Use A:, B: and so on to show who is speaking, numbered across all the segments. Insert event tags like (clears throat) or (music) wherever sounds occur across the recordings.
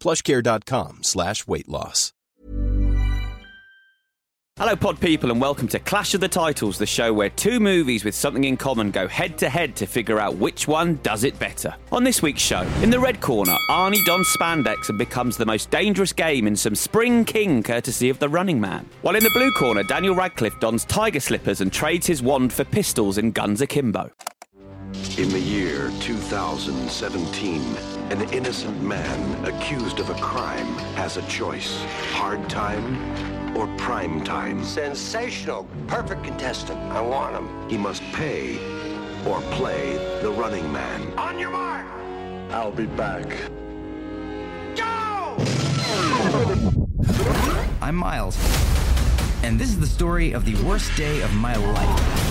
A: plushcare.com slash weight loss.
B: Hello, pod people, and welcome to Clash of the Titles, the show where two movies with something in common go head to head to figure out which one does it better. On this week's show, in the red corner, Arnie dons spandex and becomes the most dangerous game in some Spring King courtesy of The Running Man. While in the blue corner, Daniel Radcliffe dons tiger slippers and trades his wand for pistols in Guns Akimbo.
C: In the year 2017, an innocent man accused of a crime has a choice hard time or prime time.
D: Sensational. Perfect contestant. I want him.
C: He must pay or play the running man.
D: On your mark.
C: I'll be back.
D: Go!
E: I'm Miles, and this is the story of the worst day of my life.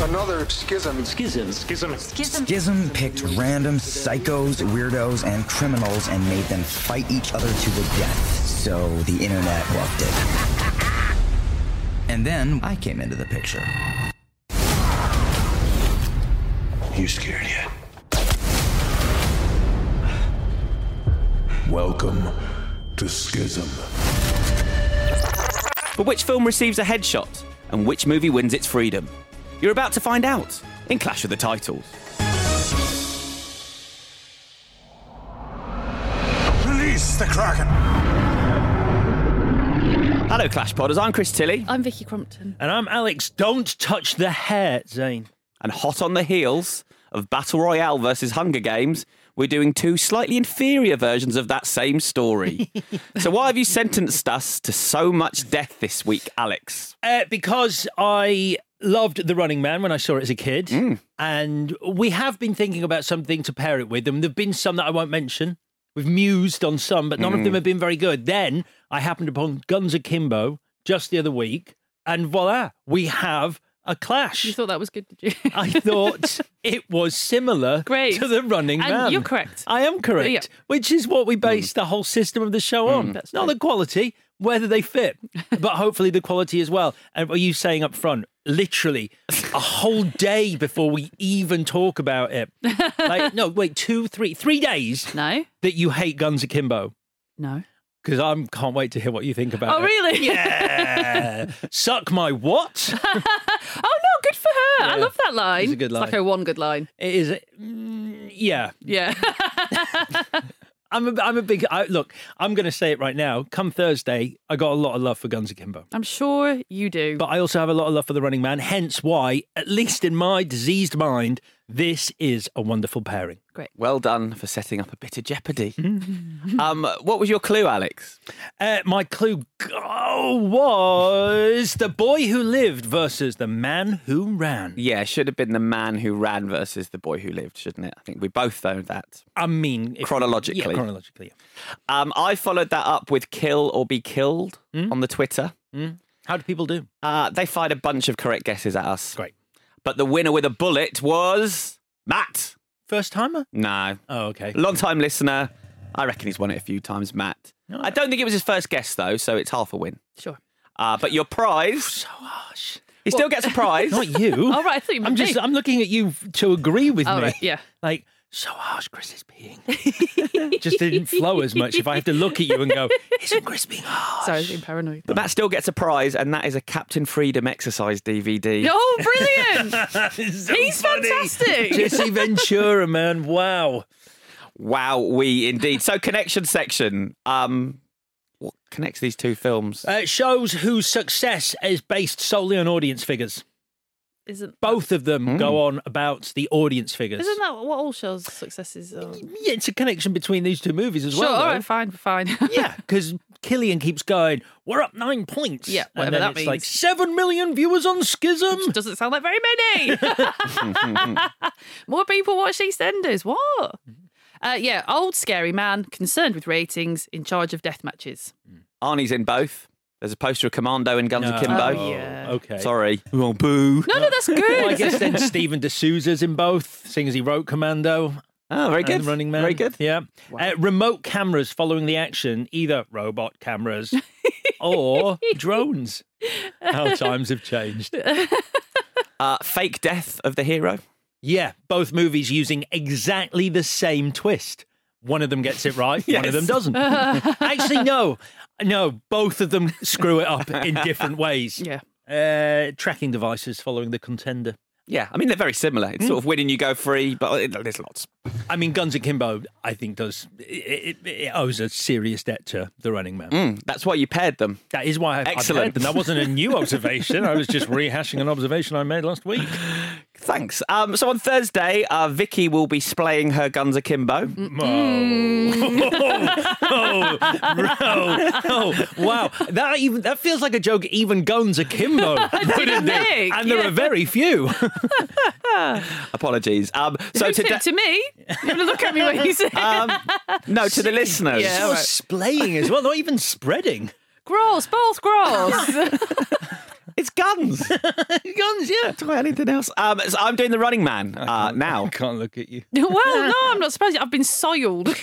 F: Another schism. Schism. Schism.
E: Schism picked random psychos, weirdos, and criminals and made them fight each other to the death. So the internet loved it. And then I came into the picture.
C: You scared yet? Welcome to Schism.
B: But which film receives a headshot? And which movie wins its freedom? You're about to find out in Clash of the Titles.
F: Release the Kraken.
B: Hello, Clash Podders. I'm Chris Tilley.
G: I'm Vicky Crompton.
H: And I'm Alex. Don't touch the hair, Zane.
B: And hot on the heels of Battle Royale versus Hunger Games, we're doing two slightly inferior versions of that same story. so, why have you sentenced us to so much death this week, Alex?
H: Uh, because I loved The Running Man when I saw it as a kid. And we have been thinking about something to pair it with. And there have been some that I won't mention. We've mused on some, but none of them have been very good. Then I happened upon Guns Akimbo just the other week. And voila, we have a clash.
G: You thought that was good, did you?
H: I thought it was similar
G: Great.
H: to the running
G: And
H: man.
G: you're correct.
H: I am correct,
G: Yeah.
H: which is what we base the whole system of the show on.
G: Mm. That's
H: Not
G: true.
H: the quality, whether
G: (laughs)
H: they fit, but hopefully the quality as well. And what are you saying up front? Literally a whole day before we even talk
G: (laughs)
H: about it. Like, no, wait, two, three, three days
G: no,
H: that you hate Guns Akimbo.
G: no.
H: Because I am can't wait to hear what you think about
G: Oh,
H: it.
G: really? (laughs)
H: Yeah. Suck my what?
G: Oh no, good for her. I
H: Yeah.
G: love that line.
H: It's a good line.
G: like her one good line.
H: It is. mm, yeah.
G: Yeah.
H: (laughs) I'm a, I'm a big I, look. I'm going to say it right now. Come Thursday, I got a lot of love for Guns Akimbo,
G: I'm sure you do.
H: but I also have a lot of love for The Running Man. Hence, why, at least in my diseased mind, this is a wonderful pairing.
B: Well done for setting up a bit of jeopardy. um, what was your clue, Alex?
H: Uh, my clue oh, was the boy who lived versus the man who ran.
B: Yeah, it should have been the man who ran versus the boy who lived, shouldn't it? I think we both know that.
H: I mean, if-
B: Chronologically.
H: yeah, chronologically. yeah.
B: Um, I followed that up with kill or be killed on the Twitter.
H: How do people do?
B: Uh, they fired a bunch of correct guesses at us.
H: Great.
B: But the winner with a bullet was Matt.
H: First timer.
B: No.
H: Oh, okay.
B: Long time listener, I reckon he's won it a few times, Matt. I don't think it was his first guess, though, so it's half a win.
G: Sure.
B: Uh, but your prize. So harsh. He still gets a prize.
H: (laughs) Not
G: (laughs)
H: you.
G: All right, I thought you meant
H: I'm just.
G: me.
H: I'm looking at you to agree with
G: All
H: me.
G: right, yeah.
H: Like so harsh. Chris is being.
G: (laughs)
H: just didn't flow as much. If I have to look at you and go, isn't Chris being harsh?
G: Sorry, I was being paranoid.
B: But Matt still gets a prize, and that is a Captain Freedom exercise DVD.
G: Oh,
H: (laughs)
G: brilliant! He's fantastic.
H: Jesse Ventura, man. Wow.
B: Wow, we indeed. So connection section. Um, what connects these two films?
H: Uh, shows whose success is based solely on audience figures.
G: Isn't
H: Both of them go on about the audience figures.
G: isn't that what all shows' successes are?
H: Yeah, it's a connection between these two movies as
G: Sure,
H: well.
G: all
H: though.
G: right, fine, fine. (laughs)
H: Yeah, because Killian keeps going, we're up nine points.
G: Yeah,
H: and
G: whatever
H: then
G: that
H: it's like
G: means.
H: seven million viewers on Schism.
G: Doesn't sound like very many.
H: (laughs)
G: (laughs) More people watch EastEnders. What?
H: Mm-hmm.
G: Uh, yeah, old scary man, concerned with ratings, in charge of death matches.
B: Arnie's in both. There's a poster of Commando and Guns Akimbo.
G: Oh, yeah.
H: Okay.
B: Sorry. Oh, boo.
G: No, no, that's
H: Well, I
G: good. (laughs)
H: guess then Stephen D'Souza's in both, seeing as he wrote Commando.
B: Oh, very
H: and
B: good.
H: Running Man.
B: Very good.
H: Yeah. Uh, remote cameras following the action, either robot
G: (laughs)
H: cameras or drones. How times have
G: (laughs)
H: changed.
B: Uh, fake death of the hero.
H: Yeah, both movies using exactly the same twist. One of them gets it right, one of them
G: (laughs)
B: Yes.
H: doesn't. Actually, no, no, both of them screw it up in
B: (laughs)
H: different ways.
G: yeah.
H: Uh, tracking devices following the contender.
B: Yeah, I mean they're very similar.
G: Hmm.
B: It's sort of winning you go free, but it- there's lots.
H: I mean, Guns Akimbo, I think, does it, it, it owes a serious debt to The Running Man.
B: Mm, that's why you paired them.
H: That is why I've
B: Excellent.
H: And that wasn't a new observation. I was just rehashing an observation I made last week.
B: Thanks. Um, so on Thursday, uh, Vicky will be splaying her guns akimbo.
G: Mm.
H: Oh. (laughs) oh, oh, oh, wow! That even that feels like a joke. Even
G: (laughs)
H: guns akimbo, wouldn't it?
G: think,
H: And there
G: yeah.
H: are very few. (laughs)
B: Apologies. Um, so
G: Who said
B: today,
G: it to me? You're gonna look at me when you say it.
B: um, no, to the listeners.
G: Yeah, all
H: Or
G: right.
H: splaying as well, not even spreading.
G: gross, both gross.
H: (laughs)
B: It's (laughs) guns. guns, yeah. Do I anything else? Um, so I'm doing the running man
G: Oh,
B: uh, now.
H: can't look at you.
G: (laughs) well, no, I'm not surprised. I've been soiled,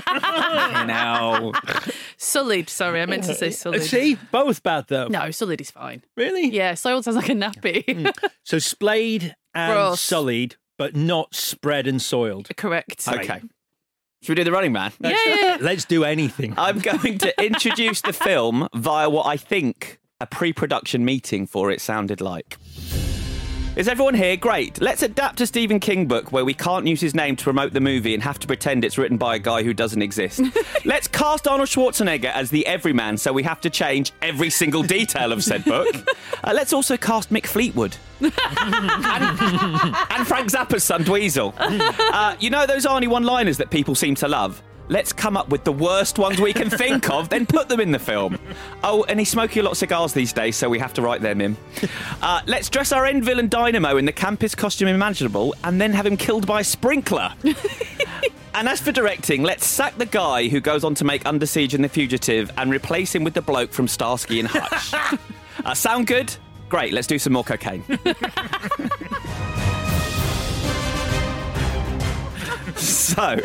G: (laughs)
B: now.
G: sullied. Sorry, I meant to say sullied.
H: See, both bad though.
G: No, sullied is fine.
H: Really? Hmm.
G: Yeah, soiled sounds like a
H: (laughs)
G: nappy.
H: So splayed and
G: Gross.
H: sullied, but not spread and soiled.
G: Correct.
B: Okay. (laughs) Should we do the running man?
G: Yeah, yeah, yeah.
H: Let's do anything.
B: I'm going to introduce the film via what I think a pre production meeting for it sounded like. Is everyone here? Great. Let's adapt a Stephen King book where we can't use his name to promote the movie and have to pretend it's written by a guy who
G: (laughs)
B: doesn't exist. Let's cast Arnold Schwarzenegger as the everyman so we have to change every single detail of
G: (laughs)
B: said book. Uh, let's also cast Mick Fleetwood and Frank Zappa's son Dweezil. Uh, you know those Arnie one-liners that people seem to love. Let's come up with the worst ones we can think of, then put them in the film. Oh, and he's smoking a lot of cigars these days, so we have to write them in. Uh, let's dress our end villain Dynamo in the campest costume imaginable, and then have him killed by a sprinkler. And as for directing, let's sack the guy who goes on to make Under Siege and The Fugitive and replace him with the bloke from Starsky and Hutch. uh, sound good? Great, let's do some more cocaine. so,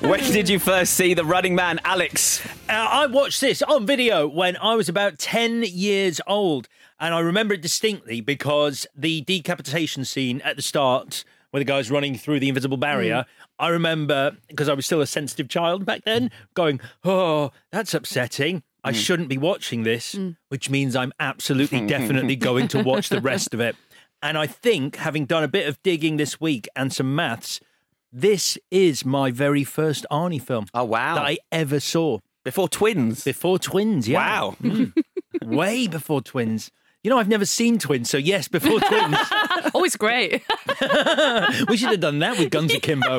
B: when did you first see The Running Man, Alex?
H: Uh, I watched this on video when I was about 10 years old. And I remember it distinctly because the decapitation scene at the start, where the guy's running through the invisible barrier,
B: Hmm.
H: I remember because I was still a sensitive child back then going, Oh, that's upsetting. I
B: Hmm.
H: shouldn't be watching this, which means I'm absolutely definitely going to watch the rest of it. And I think, having done a bit of digging this week and some maths, this is my very first Arnie film
B: Oh, wow.
H: that I ever saw.
B: Before twins.
H: Before twins, yeah. Mm.
B: Wow. (laughs)
H: Way before twins. You know, I've never seen twins, so yes,
G: (laughs)
H: before twins.
G: Oh, it's great.
H: (laughs) we should have done that with Guns Akimbo.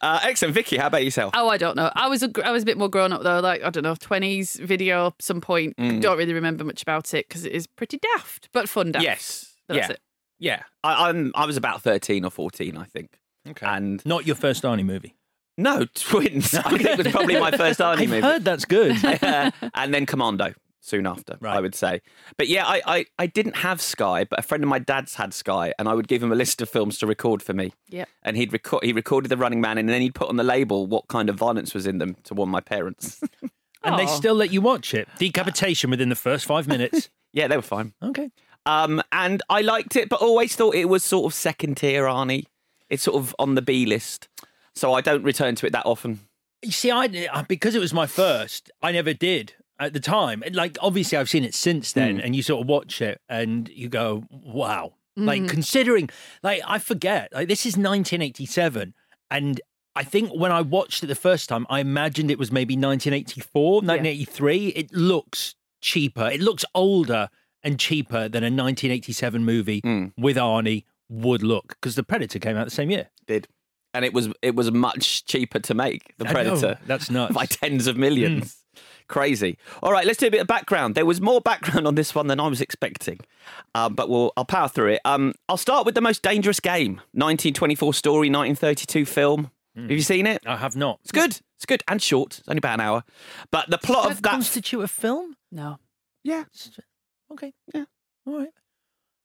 B: Uh, excellent. Vicky, how about yourself?
G: (laughs) Oh, I don't know. I was a, I was a bit more grown up though. Like I don't know, twenties video, some point.
B: Mm.
G: Don't really remember much about it because it is pretty daft, but fun daft.
B: Yes.
G: that's
B: yeah.
G: it.
B: Yeah. I, I'm, I was about 13 or 14, I think. Okay. And
H: Not your first Arnie movie.
B: (laughs) No, twins. I think it was probably my first Arnie (laughs)
H: I've
B: movie.
H: heard that's good.
B: Uh, and then Commando. soon after, I would say. But yeah, I, I, I didn't have Sky, but a friend of my dad's had Sky, and I would give him a list of films to record for me.
G: Yep.
B: And he'd record, he recorded The Running Man, and then he'd put on the label what kind of violence was in them to warn my parents. (laughs)
H: And they
B: Aw.
H: still let you watch it. Decapitation within the first five
G: (laughs)
H: minutes.
B: yeah, they were fine.
H: Okay.
B: Um, and I liked it, but always thought it was sort of second tier, Arnie. It's sort of on the B list, so I don't return to it that often.
H: You see, I I- because it was my first, I never did at the time. And, Like, obviously, I've seen it since then,
B: Mm.
H: and you sort of watch it and you go, "Wow!" Like,
I: Mhm.
H: considering, like, I forget, like, this is 1987, and I think when I watched it the first time, I imagined it was maybe 1984, 1983. It looks cheaper. It looks older and cheaper than a 1987 movie
B: Mm.
H: with Arnie would look because the Predator came out the same year.
B: Did and it was it was much cheaper to make the
H: I know,
B: predator (laughs)
H: that's nuts
B: by tens of millions crazy all right let's do a bit of background there was more background on this one than i was expecting um, but we'll i'll power through it um, i'll start with the most dangerous game 1924 story 1932 film have you seen it
H: i have not
B: it's good it's good and short it's only about an hour but the plot of that
H: constitute a film?
G: No.
B: Yeah.
H: Okay. Yeah. All right.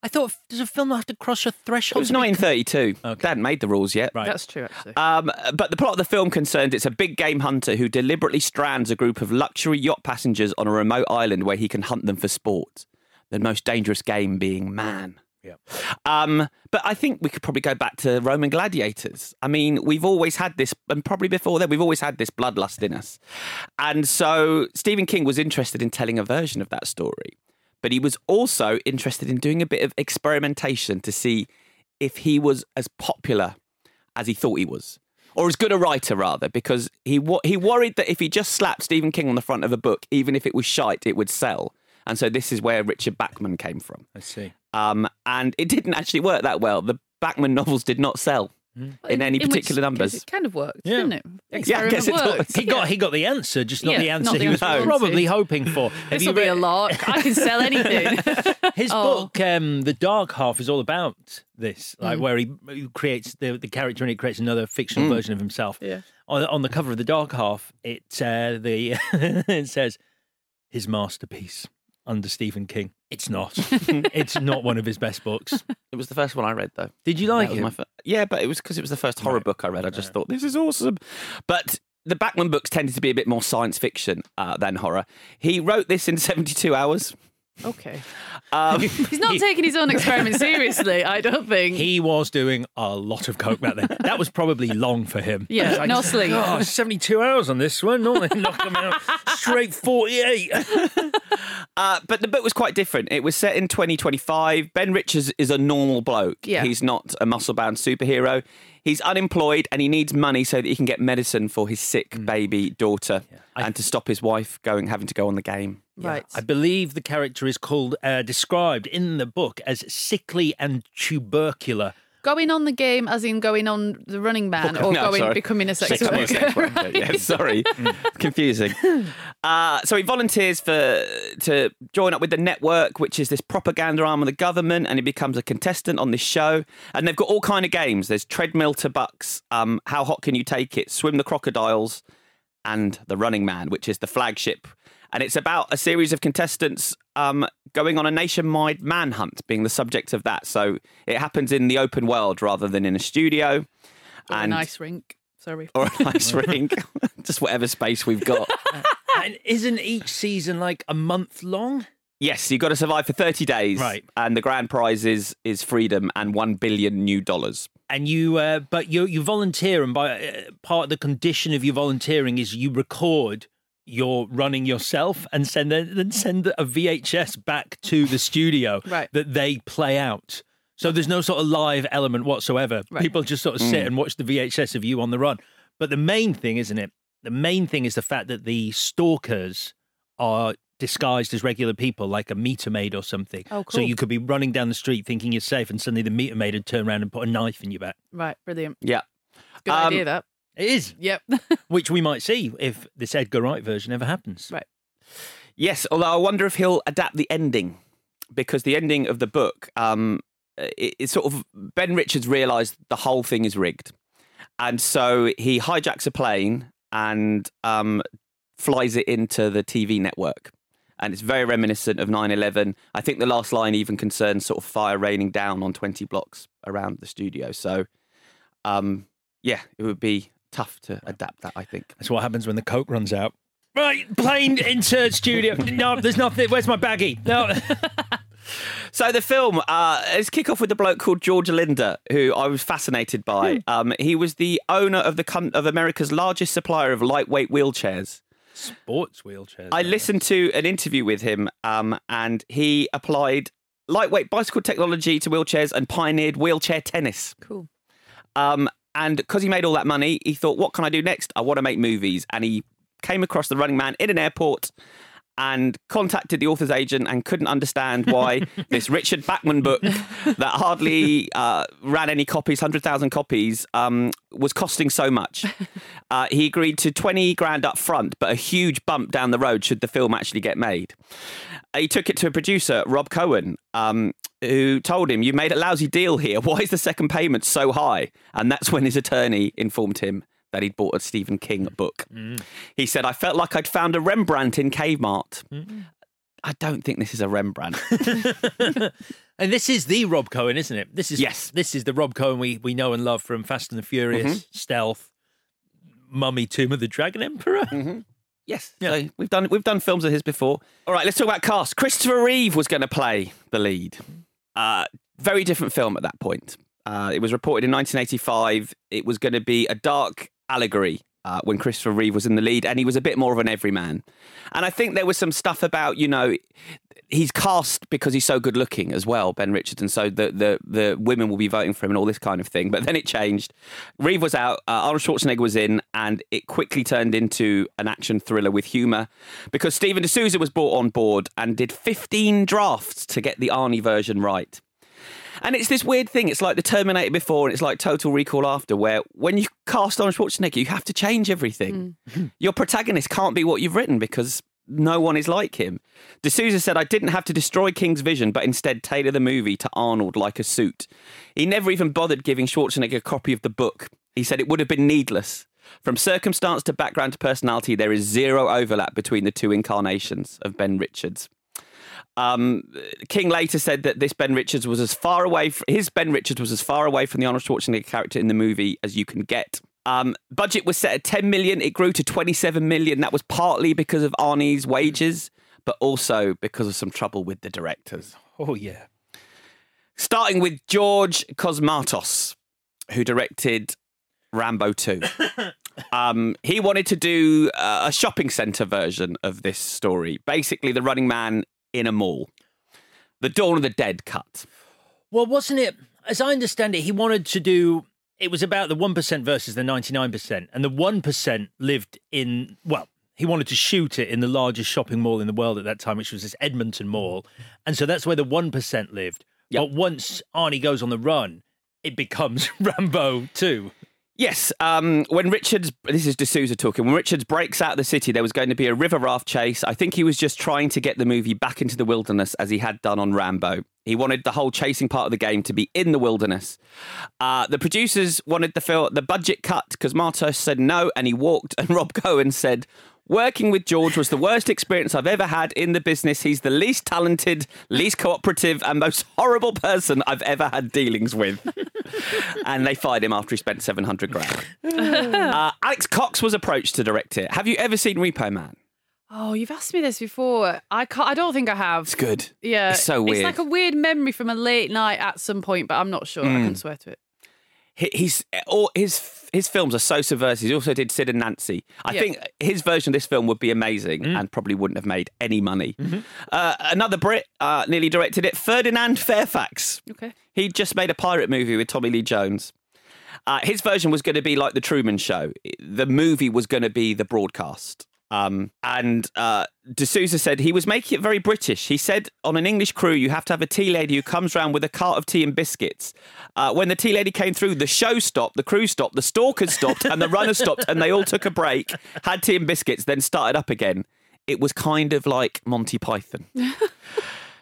H: I thought does a film have to cross a
B: It
H: threshold?
B: was 1932. They hadn't made the rules yet.
H: Right. That's
G: true, actually.
B: Um, but the plot of the film concerns it's a big game hunter who deliberately strands a group of luxury yacht passengers on a remote island where he can hunt them for sport. The most dangerous game being man.
H: Yeah.
B: Um, but I think we could probably go back to Roman gladiators. I mean, we've always had this, and probably before then, we've always had this bloodlust in us. And so Stephen King was interested in telling a version of that story, but he was also interested in doing a bit of experimentation to see if he was as popular as he thought he was. Or as good a writer, rather, because he wa- he worried that if he just slapped Stephen King on the front of a book, even if it was shite, it would sell. And so this is where Richard Bachman came from.
H: I see.
B: Um, and it didn't actually work that well. The Bachman (laughs) novels did not sell in any
G: which
B: particular
G: case
B: numbers.
G: It kind of worked,
H: Yeah.
G: didn't it?
B: Yeah, I guess it
G: Experiment
B: does.
G: worked.
H: He got
G: Yeah.
H: he got the answer, just not
G: Yeah,
H: the answer
G: not the
H: he was
G: answer he wanted.
H: probably hoping for. Have
G: This
H: you
G: will be a
H: read-
G: lark. I can
H: (laughs)
G: sell anything. (laughs) Oh.
H: His book, um, The Dark Half, is all about this, like
G: Mm.
H: where he, he creates the, the character and it creates another fictional
G: Mm.
H: version of himself.
G: Yeah.
H: On, on the cover of The Dark Half, it uh, the (laughs) it says his masterpiece under Stephen King.
G: (laughs)
H: It's not. it's not one of his best books.
B: It was the first one I read, though.
H: Did you like
B: That was
H: it?
B: my fir- yeah, but it was because it was the first horror book I read. I just thought this is awesome. But the Bachman books tended to be a bit more science fiction uh, than horror. He wrote this in seventy-two hours.
G: Okay.
B: Um,
G: He's not taking his own experiment seriously, I don't think.
H: He was doing a lot of coke back then. That was probably long for him.
G: Yeah,
H: It's like,
G: no sleep.
H: "Oh, 72 hours on this one. Normally knock him out straight 48.
B: Uh, but the book was quite different. It was set in 2025. Ben Richards is a normal bloke.
H: Yeah.
B: He's not a muscle bound superhero. He's unemployed and he needs money so that he can get medicine for his sick baby daughter and to stop his wife going having to go on the game.
G: Right.
H: I believe the character is called, uh, described in the book as sickly and tubercular.
G: Going on the game, as in going on the running man, or
B: No,
G: going
B: sorry.
G: becoming a sex
B: Becoming a
G: worker.
B: sex worker,
G: right?
B: yeah, (laughs) Mm. sorry, confusing. Uh, so he volunteers for to join up with the network, which is this propaganda arm of the government, and he becomes a contestant on this show. And they've got all kind of games. There's treadmill to bucks. Um, how hot can you take it? Swim the crocodiles, and the Running Man, which is the flagship. And it's about a series of contestants um, going on a nationwide manhunt, being the subject of that. So it happens in the open world rather than in a studio.
G: Or an ice rink. Sorry.
B: or
G: (laughs)
B: an ice rink, (laughs) just whatever space we've got.
G: Ah.
H: and isn't each season like a month long?
B: Yes, you've got to survive for 30 days.
H: Right.
B: And the grand prize is, is freedom and one billion new dollars.
H: And you, uh, but you, you volunteer, and by uh, part of the condition of you volunteering is you record your running yourself and send a, then send a VHS back to the studio
G: (laughs) Right.
H: that they play out. So there's no sort of live element whatsoever.
G: Right.
H: People just sort of sit
B: Mm.
H: and watch the VHS of you on the run. But the main thing, isn't it? The main thing is the fact that the stalkers are disguised as regular people, like a meter maid or something.
G: Oh,
H: So
G: cool.
H: you could be running down the street thinking you're safe, and suddenly the meter maid would turn around and put a knife in your back.
G: Right, brilliant.
B: Yeah.
G: Good
H: Um,
G: idea, that.
H: It is,
G: Yep. (laughs)
H: which we might see if this Edgar Wright version ever happens.
G: Right.
B: Yes, although I wonder if he'll adapt the ending because the ending of the book, um, it, it's sort of Ben Richards realised the whole thing is rigged, and so he hijacks a plane and um, flies it into the TV network, and it's very reminiscent of 9/11. I think the last line even concerns sort of fire raining down on 20 blocks around the studio. So, um, yeah, it would be tough to adapt that. I think.
H: That's what happens when the coke runs out. Right, plane into studio. (laughs) No, there's nothing. Where's my baggie? No. (laughs)
B: So the film, uh, let's kick off with a bloke called George Linder, who I was fascinated by. Um, he was the owner of the com- of America's largest supplier of lightweight wheelchairs.
H: Sports wheelchairs.
B: I listened to an interview with him, um, and he applied lightweight bicycle technology to wheelchairs and pioneered wheelchair tennis.
G: Cool.
B: Um, and because he made all that money, he thought, "What can I do next? I want to make movies." And he came across the Running Man in an airport. And contacted the author's agent and couldn't understand why this Richard Bachman book that hardly uh, ran any copies, 100,000 copies, um, was costing so much. Uh, he agreed to 20 grand up front, but a huge bump down the road should the film actually get made. He took it to a producer, Rob Cohen, um, who told him, You made a lousy deal here. (laughs) Why is the second payment so high? And that's when his attorney informed him that he'd bought a Stephen King book. He said, I felt like I'd found a Rembrandt in Kmart. I don't think this is a Rembrandt.
H: And this is the Rob Cohen, isn't it? This is
B: Yes.
H: This is the Rob Cohen we, we know and love from Fast and the Furious,
B: Mm-hmm.
H: Stealth, Mummy, Tomb of the Dragon Emperor.
B: Mm-hmm. Yes. So we've done we've done films of his before. All right, let's talk about cast. Christopher Reeve was going to play the lead. Uh, very different film at that point. Uh, it was reported in 1985. It was going to be a dark allegory uh, when Christopher Reeve was in the lead, and he was a bit more of an everyman. And I think there was some stuff about you know he's cast because he's so good looking as well, Ben Richardson. So the the the women will be voting for him and all this kind of thing. But then it changed. Reeve was out. Uh, Arnold Schwarzenegger was in, and it quickly turned into an action thriller with humor because Stephen D'Souza was brought on board and did 15 drafts to get the Arnie version right. And it's this weird thing. It's like the Terminator before, and it's like Total Recall after, where when you cast Arnold Schwarzenegger, you have to change everything. (clears throat) Your protagonist can't be what you've written because no one is like him. D'Souza said, "I didn't have to destroy King's vision, but instead tailor the movie to Arnold like a suit." He never even bothered giving Schwarzenegger a copy of the book. He said it would have been needless. From circumstance to background to personality, there is zero overlap between the two incarnations of Ben Richards. Um, King later said that this Ben Richards was as far away. fr- his Ben Richards was as far away from the Arnold Schwarzenegger character in the movie as you can get. Um, budget was set at 10 million. It grew to 27 million. That was partly because of Arnie's wages, but also because of some trouble with the directors.
H: (laughs) Oh, yeah.
B: Starting with George Cosmatos, who directed Rambo 2. um, he wanted to do uh, a shopping centre version of this story. Basically, the running man in a mall. The Dawn of the Dead cut.
H: Well, wasn't it? As I understand it, he wanted to do. It was about the one percent versus the ninety-nine percent, and the one percent lived in. Well, he wanted to shoot it in the largest shopping mall in the world at that time, which was this Edmonton Mall, and so that's where the one percent lived. But once Arnie goes on the run, it becomes (laughs) Rambo too.
B: Yes, um, when Richards, this is D'Souza talking, when Richards breaks out of the city, there was going to be a river raft chase. I think he was just trying to get the movie back into the wilderness as he had done on Rambo. He wanted the whole chasing part of the game to be in the wilderness. Uh, the producers wanted the film, the budget cut because Martos said no and he walked, (laughs) and Rob Cohen said, Working with George was the worst experience I've ever had in the business. He's the least talented, least cooperative, and most horrible person I've ever had dealings with. (laughs) and they fired him after he spent
G: (laughs)
B: 700 grand. uh, Alex Cox was approached to direct it. Have you ever seen Repo Man?
G: Oh, you've asked me this before. I can't, I don't think I have.
B: It's good.
G: Yeah,
B: It's so weird.
G: It's like a weird memory from a late night at some point, but I'm not sure. I
B: Mm.
G: can swear to it.
B: He- he's all his his films are so subversive. He also did Sid and Nancy. I
G: Yeah. Mm.
B: think his version of this film would be amazing and probably wouldn't have made any money.
G: Mm-hmm.
B: Uh, another Brit uh, nearly directed it. Ferdinand Fairfax.
G: Okay.
B: He just made a pirate movie with Tommy Lee Jones. Uh, his version was going to be like the Truman Show. The movie was going to be the broadcast. Um, and uh, D'Souza said he was making it very British. He said, on an English crew, you have to have a tea lady who comes round with a cart of tea and biscuits. Uh, when the tea lady came through, the show stopped, the crew stopped, the stalkers stopped, and the runners stopped, and they all took a break, had tea and biscuits, then started up again. It was kind of like Monty Python.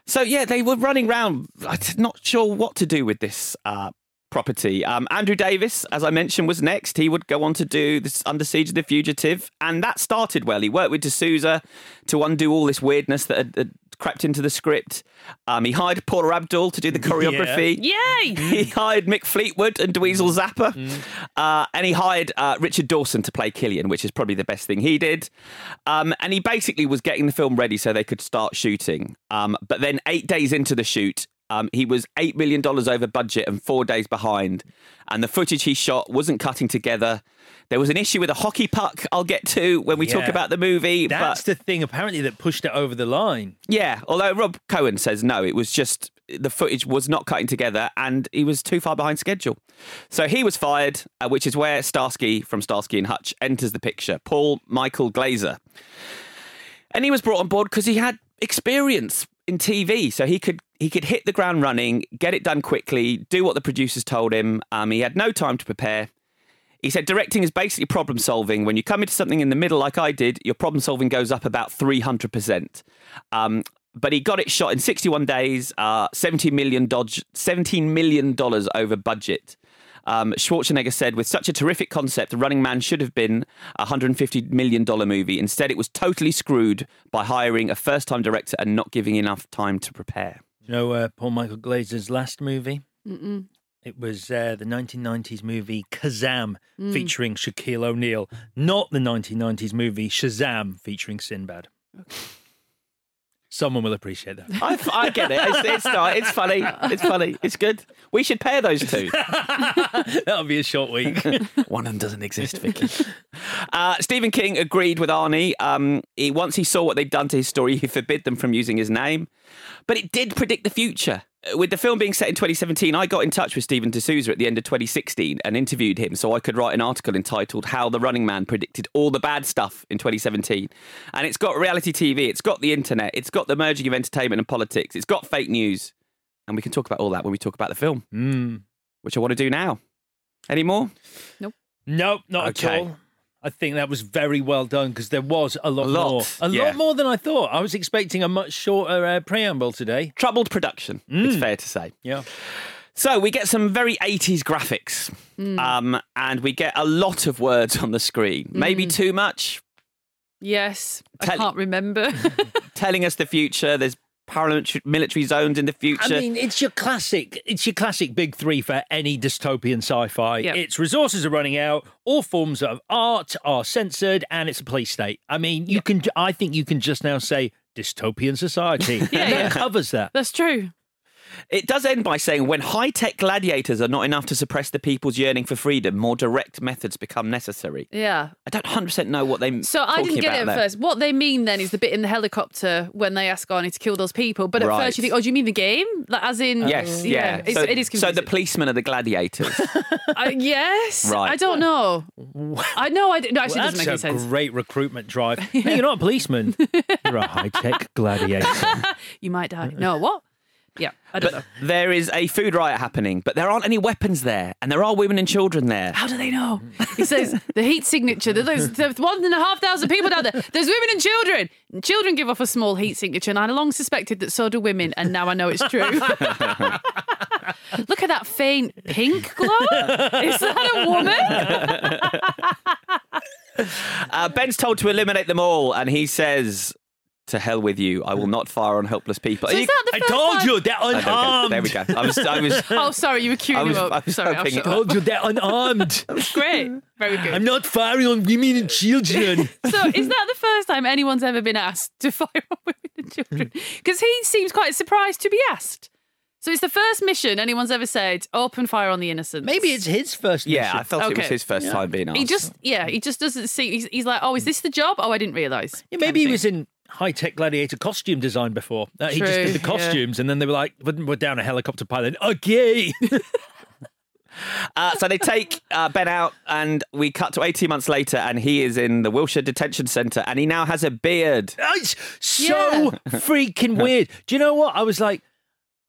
B: So yeah, they were running around, not sure what to do with this uh, property. Um, Andrew Davis, as I mentioned, was next. He would go on to do this Under Siege of the Fugitive, and that started well. He worked with D'Souza to undo all this weirdness that had, had crept into the script. Um, he hired Paula Abdul to do the choreography.
G: Yay!
B: (laughs) He hired Mick Fleetwood and Dweezil
H: Mm.
B: Zappa, uh, and he hired uh, Richard Dawson to play Killian, which is probably the best thing he did. Um, and he basically was getting the film ready so they could start shooting. Um, but then eight days into the shoot, um, he was eight million dollars over budget and four days behind, and the footage he shot wasn't cutting together. There was an issue with a hockey puck. I'll get to when we talk
H: Yeah.
B: about the movie.
H: That's
B: but
H: the thing, apparently, that pushed it over the line.
B: yeah, although Rob Cohen says no, it was just the footage was not cutting together and he was too far behind schedule. So he was fired, uh, which is where Starsky from Starsky and Hutch enters the picture. Paul Michael Glazer. And he was brought on board because he had experience in TV, so he could he could hit the ground running, get it done quickly, do what the producers told him. Um, he had no time to prepare. He said directing is basically problem solving. When you come into something in the middle, like I did, your problem solving goes up about 300%. Um, but he got it shot in 61 days, uh, $17 million, dodge, $17 million over budget. Um, Schwarzenegger said, with such a terrific concept, Running Man should have been a $150 million movie. Instead, it was totally screwed by hiring a first time director and not giving enough time to prepare.
H: You know, uh, Paul Michael Glazer's last movie? It was uh, the 1990s movie Kazam
G: Mm.
H: featuring Shaquille O'Neal, not the 1990s movie Shazam featuring Sinbad. Someone will appreciate that. (laughs)
B: I, I get it. It's, it's, not, it's funny. It's funny. It's good. We should pair those two.
H: That'll be a short week.
B: One of them doesn't exist, Vicky. Uh, Stephen King agreed with Arnie. Um, he, once he saw what they'd done to his story, he forbid them from using his name. But it did predict the future. Uh, With the film being set in 2017, I got in touch with Stephen D'Souza at the end of 2016 and interviewed him so I could write an article entitled How the Running Man Predicted All the Bad Stuff in 2017. And it's got reality TV, it's got the internet, it's got the merging of entertainment and politics, it's got fake news. And we can talk about all that when we talk about the film,
H: Mm.
B: which I want to do now. Any more?
H: Nope, not
B: Okay.
H: at all. I think that was very well done because there was a lot,
B: A lot,
H: more. A
B: yeah.
H: lot more than I thought. I was expecting a much shorter uh, preamble today.
B: Troubled production, it's fair to say.
H: Yeah.
B: So we get some very 80s graphics,
G: Hmm.
B: um, and we get a lot of words on the screen. Maybe too much,
G: Hmm. Yes, I
B: Tell-
G: can't remember.
B: telling us the future. There's paramilitary military zones in the future.
H: I mean, it's your classic. It's your classic big three for any dystopian sci-fi.
G: Yep.
H: It's resources are running out. All forms of art are censored, and it's a police state. I mean, you can. I think you can just now say dystopian
G: (laughs)
H: society.
G: Yeah,
H: that
G: yeah.
H: covers that.
G: That's true.
B: it does end by saying when high tech gladiators are not enough to suppress the people's yearning for freedom, more direct methods become necessary.
G: Yeah.
B: I don't 100% know what they
G: So I didn't get it at first. What they mean then is the bit in the helicopter when they ask Arnie to kill those people. But at
B: Right.
G: first you think, oh, do you mean the game? Like, as in,
B: Yes, yeah.
G: Mm. it's,
B: so,
G: it is
B: so
G: confusing.
B: the policemen are the gladiators.
G: I- Uh, yes,
B: Right.
G: I don't know. I know. I d- no, actually, it
H: Well,
G: doesn't make any
H: that's a
G: sense.
H: great recruitment
G: (laughs)
H: drive. No, you're not a policeman. You're a high-tech gladiator.
G: You might die. No, what? Yeah, (laughs) I don't
B: but
G: know.
B: there is a food riot happening, but there aren't any weapons there, and there are women and children there.
G: How do they know? He says the heat signature. There- There's, there's one and a half thousand people down there. There's women and children. And children give off a small heat signature, and I long suspected that so do women, and now I know it's
B: (laughs)
G: true. Look at that faint pink glow. Is that a woman?
B: Uh, Ben's told to eliminate them all, and he says, "To hell with you! I will not fire on helpless people."
G: So
B: Are
G: is that the
H: I
G: first
H: told
G: time-
H: you they're
B: Oh, there we go.
H: unarmed.
B: There we go. I was, I
H: (laughs)
B: was,
G: Oh, sorry, you were
B: I
G: queuing
B: was,
G: him
B: I
G: up.
B: was
G: sorry, I'll
B: hoping
G: shut
B: it
G: up.
H: Told you they're
G: (laughs)
H: unarmed.
G: Great, very good.
H: I'm not firing on women and children.
G: (laughs) So is that the first time anyone's ever been asked to (laughs) fire on women and children?
H: Hmm.
G: Because he seems quite surprised to be asked. So it's the first mission anyone's ever said, open fire on the innocent.
H: Maybe it's his first.
B: yeah,
H: mission.
B: I thought it was
G: Okay.
B: his first time being asked.
G: He just, yeah, he just doesn't see. He's, he's like, oh, is this the job? Oh, I didn't realise.
H: Hmm. Yeah, maybe he was in high tech gladiator costume design before. Uh, he just
G: True,
H: did the
G: yeah.
H: costumes, and then they were like, "We're we're down a helicopter pilot." Okay,
B: Uh, so they take uh, Ben out, and we cut to 18 months later, and he is in the Wilshire Detention Centre, and he now has a beard.
H: it's so freaking weird. Do you know what? I was like.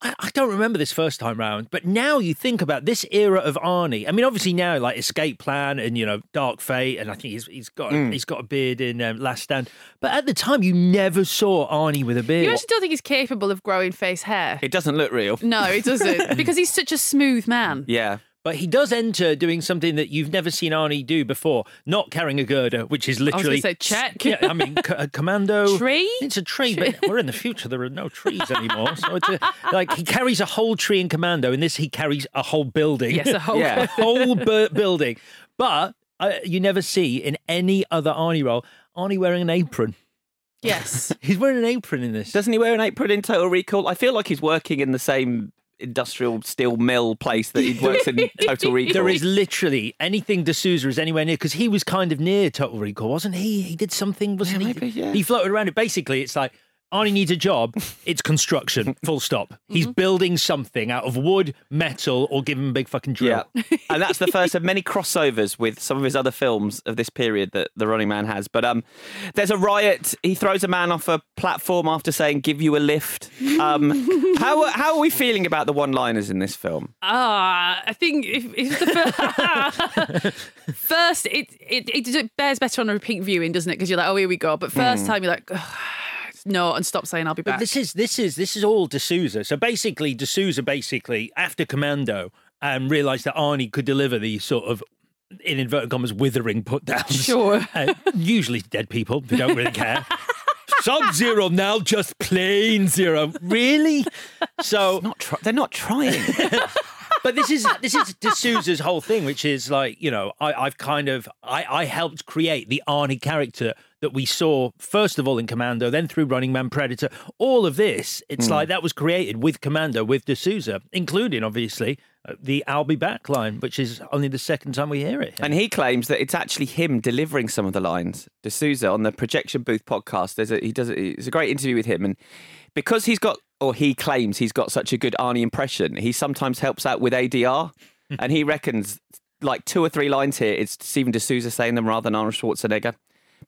H: I I don't remember this first time round, but now you think about this era of Arnie. I mean, obviously now like Escape Plan and you know Dark Fate, and I think he's he's got he's got a beard in um, Last Stand. But at the time, you never saw Arnie with a beard.
G: You actually don't think he's capable of growing face hair?
B: It doesn't look real. (laughs)
G: No, he doesn't, because he's such a smooth man.
B: Yeah.
H: But he does enter doing something that you've never seen Arnie do before, not carrying a girder, which is
G: was gonna
H: literally
G: say check.
H: (laughs) Yeah, I mean, c- a commando
G: Tree?
H: It's a tree, but we're in the future. There are no trees anymore, so it's a, like he carries a whole tree in commando. In this, he carries a whole building.
G: Yes, a whole-
H: yeah. a (laughs) whole bu- building. But uh, you never see in any other Arnie role Arnie wearing an apron.
G: Yes.
H: (laughs) He's wearing an apron in this.
B: Doesn't he wear an apron in Total Recall? I feel like he's working in the same industrial steel mill place that he works
G: (laughs)
B: in Total Recall.
H: There is literally anything D'Souza is anywhere near because he was kind of near Total Recall, wasn't he? He did something, wasn't he? He floated around it. Basically, it's like Arnie needs a job. It's construction. Full stop. He's building something out of wood, metal, or give him a big fucking drill.
B: Yeah. and that's the first of many crossovers with some of his other films of this period that the Running Man has. But um, there's a riot. He throws a man off a platform after saying, "Give you a lift." Um, how are- how are we feeling about the one-liners in this film?
G: Ah, I think if, if the fir- (laughs) first, it, it it it bears better on a repeat viewing, doesn't it? Because you're like, oh, here we go. But first
H: Mm.
G: time, you're like, "Ugh, no, and stop saying I'll be
H: But
G: back.
H: this is this is this is all D'Souza. So basically, D'Souza basically after Commando and realised that Arnie could deliver these sort of in inverted commas withering put downs.
G: Sure.
H: Uh, usually dead people who don't
G: (laughs)
H: really care. Sub zero now, just plain zero. Really? So
B: they're not trying.
H: but this is this is D'Souza's whole thing, which is like you know I, I've kind of I, I helped create the Arnie character that we saw first of all in Commando, then through Running Man, Predator, all of this. It's
B: Mm.
H: like that was created with Commando with D'Souza, including obviously uh, the "I'll be back" line, which is only the second time we hear it.
B: And he claims that it's actually him delivering some of the lines. D'Souza on the Projection Booth podcast. There's a, he does a, it's a great interview with him, and because he's got or he claims he's got such a good Arnie impression, he sometimes helps out with
H: (laughs)
B: ADR, and he reckons like two or three lines here. It's Stephen D'Souza saying them rather than Arnold Schwarzenegger.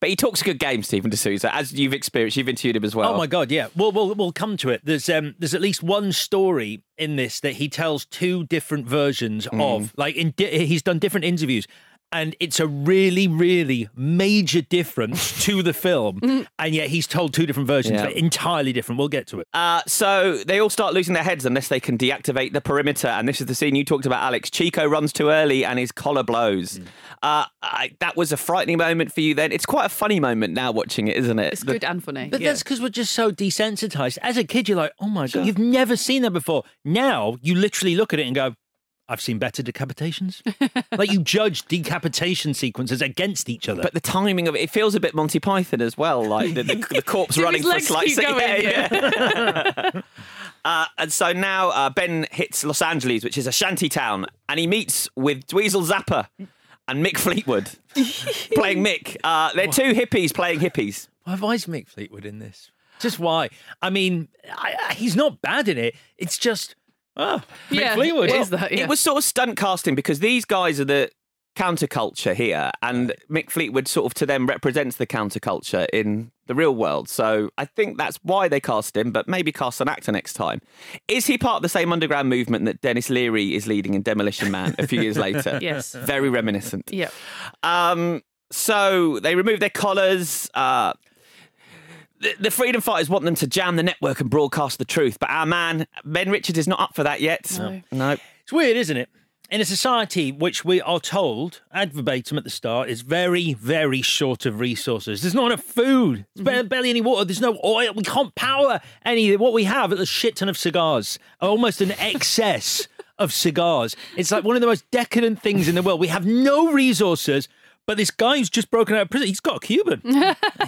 B: But he talks a good game, Stephen D'Souza, as you've experienced. You've interviewed him as well.
H: Oh my god, yeah. Well, we'll we'll come to it. There's um there's at least one story in this that he tells two different versions
B: Hmm.
H: of. Like in di- he's done different interviews and it's a really really
B: (laughs)
H: major difference to the film and yet he's told two different versions
B: Mm. Yeah.
H: They're entirely different. We'll get to it.
B: Uh, so they all start losing their heads unless they can deactivate the perimeter. And this is the scene you talked about, Alex. Chico runs too early and his collar blows. Uh, I, that was a frightening moment for you then. It's quite a funny moment now watching it, isn't it? It's
G: good and funny.
H: But that's because we're just so desensitized. As a kid, you're like, oh my God, you've never seen that before. Now you literally look at it and go, I've seen
B: (laughs)
H: better decapitations. like you judge decapitation sequences against each other.
B: But the timing of it, it feels a bit Monty Python as well, like the, the,
H: (laughs)
B: the corpse
H: Do
B: running
H: his
B: for
H: legs
B: (laughs) slice.
H: keep going,
B: (laughs) uh, and so now uh, Ben hits Los Angeles, which is a shanty town, and he meets with Dweezil Zappa and Mick
H: (laughs)
B: Fleetwood playing Mick. Uh, they're two hippies playing hippies.
H: Why why is Mick Fleetwood in this? Just why? I mean, I, I- he's not bad in it. It's just, oh, Mick Fleetwood.
B: Well, It was sort of stunt casting because these guys are the counterculture here, and Mick Fleetwood sort of to them represents the counterculture in the real world. So I think that's why they cast him, but maybe cast an actor next time. Is he part of the same underground movement that Dennis Leary is leading in Demolition Man a few years later?
G: Yes.
B: Very reminiscent.
G: yeah.
B: Um, so they remove their collars. Uh, the, the freedom fighters want them to jam the network and broadcast the truth, but our man Ben Richards is not up for that yet. No,
H: It's weird, isn't it? In a society which we are told, ad verbatim at the start, is very, very short of resources. There's not enough food, There's bar- barely any water, there's no oil, we can't power any. What we have is a shit ton of cigars, almost an excess of cigars. It's like one of the most decadent things in the world. We have no resources. But this guy who's just broken out of prison, he's got a Cuban.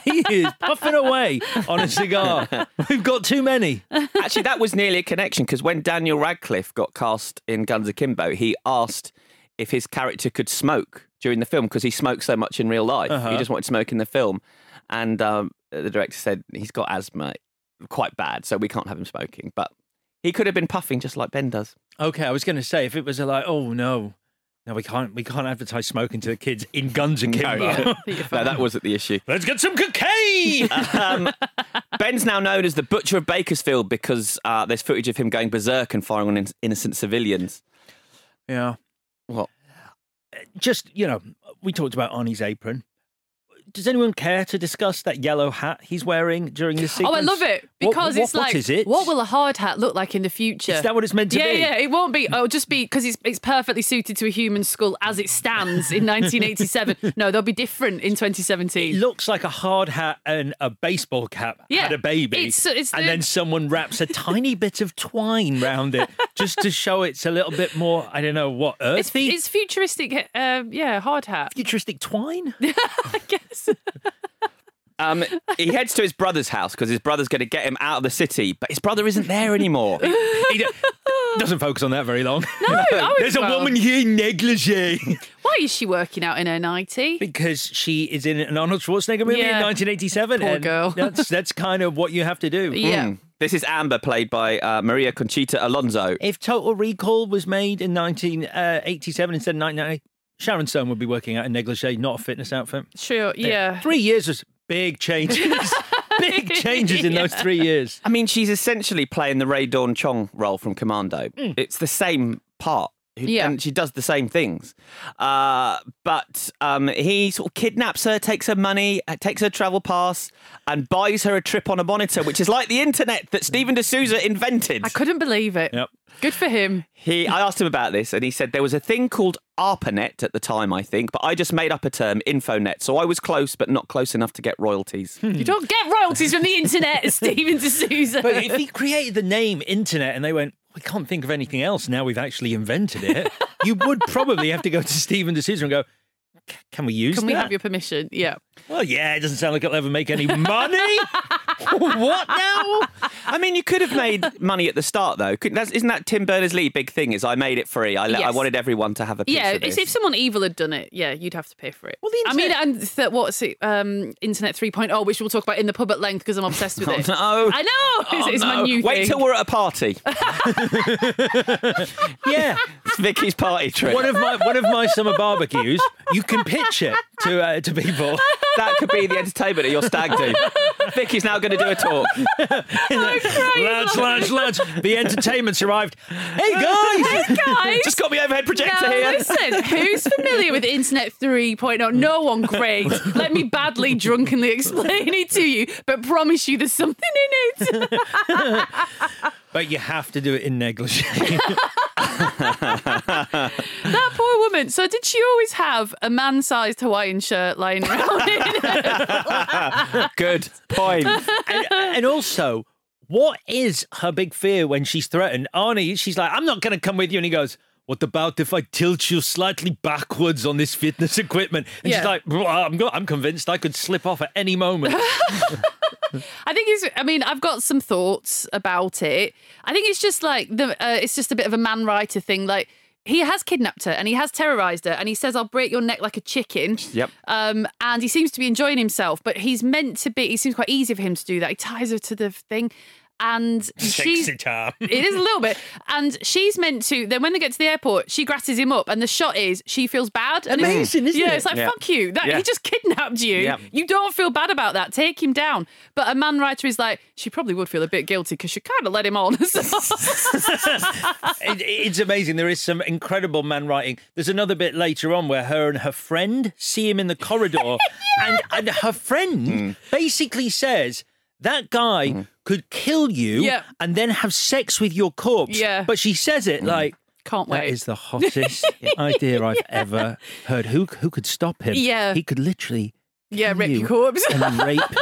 H: he is puffing away on a cigar. We've got too many.
B: Actually, that was nearly a connection because when Daniel Radcliffe got cast in Guns Akimbo, he asked if his character could smoke during the film because he smoked so much in real life.
H: Uh-huh.
B: He just wanted to smoke in the film. And um, the director said he's got asthma quite bad, so we can't have him smoking. But he could have been puffing just like Ben does.
H: Okay, I was going to say if it was a like, oh no, no, we can't, we can't advertise smoking to the kids in
B: (laughs)
H: Guns and Kimbo.
B: no, that wasn't the issue.
H: (laughs) Let's get some cocaine.
B: um, Ben's now known as the Butcher of Bakersfield because uh, there's footage of him going berserk and firing on in- innocent civilians.
H: yeah, Uh,
B: What?
H: just you know, we talked about Arnie's apron. does anyone care to discuss that yellow hat he's wearing during this
G: (gasps) Oh,
H: sequence?
G: I love it
H: What-
G: because
H: what-
G: it's like,
H: what is it?
G: what will a hard hat look like in the future?
H: Is that what it's meant to
G: yeah,
H: be?
G: Yeah, it won't be. It'll just be because it's, it's perfectly suited to a human skull as it stands
H: (laughs)
G: in 1987. no, they'll be different in 2017.
H: It looks like a hard hat and a baseball cap
G: Yeah.
H: had a baby,
G: It's- it's
H: and
G: the-
H: then someone wraps
G: (laughs)
H: a tiny bit of twine round it just to show it's a little bit more. I don't know what
G: It's,
H: earthy.
G: it's futuristic, um, yeah, hard hat. (laughs)
H: Futuristic twine? (laughs)
B: Um, he heads to his brother's house because his brother's going to get him out of the city, but his brother isn't
G: (laughs)
B: there anymore.
H: He d- doesn't focus on that very long. (laughs)
G: I
H: There's a
G: well.
H: woman here negligee
G: Why is she working out in her 90?
H: because she is in an Arnold Schwarzenegger movie
G: Yeah.
H: in 1987.
G: Poor
H: and
G: girl.
H: that's that's kind of what you have to do.
G: Yeah.
B: Mm. This is Amber, played by uh, Maria Conchita Alonso.
H: If Total Recall was made in 1987 instead of 1990, Sharon Stone would be working out in negligee, not a fitness outfit.
G: Sure, yeah.
H: Three years was big changes.
G: (laughs)
H: big changes in those three years.
B: I mean, she's essentially playing the Ray Dawn Chong role from Commando. It's the same part. who-
G: Mm. Yeah.
B: And she does the same things. Uh, but um, he sort of kidnaps her, takes her money, uh, takes her travel pass, and buys her a trip on a monitor, which is like the internet that Stephen D'Souza invented.
G: I couldn't believe it.
H: Yep.
G: Good for him.
B: He, I asked him about this, and he said there was a thing called ARPANET at the time, I think, but I just made up a term, InfoNet. So I was close, but not close enough to get
G: (laughs)
B: royalties.
G: You don't get royalties from the internet, Stephen D'Souza.
H: But if he created the name internet and they went, we can't think of anything else now we've actually invented it, you would probably have to go to Stephen D'Souza and go, "C- can we use
G: Can
H: that?
G: we have your permission? Yeah.
H: Well, yeah, it doesn't sound like it'll ever make any money. (laughs) what now?
B: I mean, you could have made money at the start, though. Couldn't- That's, isn't that Tim Berners-Lee big thing? Is I made it free. I, let, I
G: Yes.
B: wanted everyone to have a piece
G: Yeah,
B: of this.
G: it's Uh, if someone evil had done it, yeah, you'd have to pay for it.
H: Well, the
G: I mean, and th- what's it? Um, Internet 3.0, which we'll talk about in the pub at length because I'm obsessed with
B: (laughs) Oh,
G: it.
B: no.
G: I know. It's,
B: Oh,
G: it's my
B: no.
G: new
B: Wait
G: thing.
B: till we're at
G: (laughs)
B: a party.
H: Yeah.
B: It's Vicky's party trip.
H: One of my one of my summer barbecues, you can pitch it to uh,
G: (laughs)
H: to people.
B: that could be the entertainment at your stag do. Vicky's now going to do a talk.
G: Oh,
H: (laughs) lads, lads, lads, the entertainment's arrived.
G: (laughs)
H: Hey guys,
G: Guys,
B: Just got me overhead projector
G: now
B: here.
G: listen, who's familiar with Internet 3.0? No one, Craig. Let me badly, drunkenly explain it to you, but promise you there's something in it.
H: (laughs) but you have to do it in
G: (laughs)
H: negligee.
G: That poor woman. So did she always have a man-sized Hawaiian shirt lying around? in
H: (laughs)
B: Good point.
H: and, and also, what is her big fear when she's threatened? Arnie, she's like, I'm not going to come with you. And he goes, What about if I tilt you slightly backwards on this fitness equipment? And
G: Yeah.
H: she's like, "Well, I'm, go- I'm convinced I could slip off at any moment.
G: (laughs) I think it's. I mean, I've got some thoughts about it. I think it's just like the. Uh, it's just a bit of a man writer thing. Like he has kidnapped her and he has terrorized her and he says, "I'll break your neck like a chicken."
B: Yep.
G: Um, and he seems to be enjoying himself, but he's meant to be. It seems quite easy for him to do that. He ties her to the thing,
B: (laughs)
G: and she's.
H: Sexy time.
G: (laughs) It is a little bit, and she's meant to. Then when they get to the airport, she grasses him up, and the shot is she feels bad. And it's-
H: Amazing, isn't
G: yeah,
H: it?
G: it's like
B: Yeah.
G: fuck you. That
B: Yeah.
G: he just kidnapped you.
B: Yeah.
G: You don't feel bad about that. Take him down. But a man writer is like, she probably would feel a bit guilty because she kind of let him on. (laughs) So-
H: It, it's amazing. There is some incredible man writing. There's another bit later on where her and her friend see him in the corridor,
G: (laughs)
H: and, and her friend
G: Hmm.
H: basically says that guy could kill you
G: Yeah.
H: and then have sex with your corpse.
G: Yeah. Hmm.
H: But she says it like.
G: Can't
H: That
G: wait.
H: is
G: (laughs)
H: the hottest idea I've ever heard. Who who could stop him?
G: Yeah.
H: he could literally
G: yeah,
H: kill
G: rip
H: you
G: your corpse.
H: and
G: (laughs)
H: rape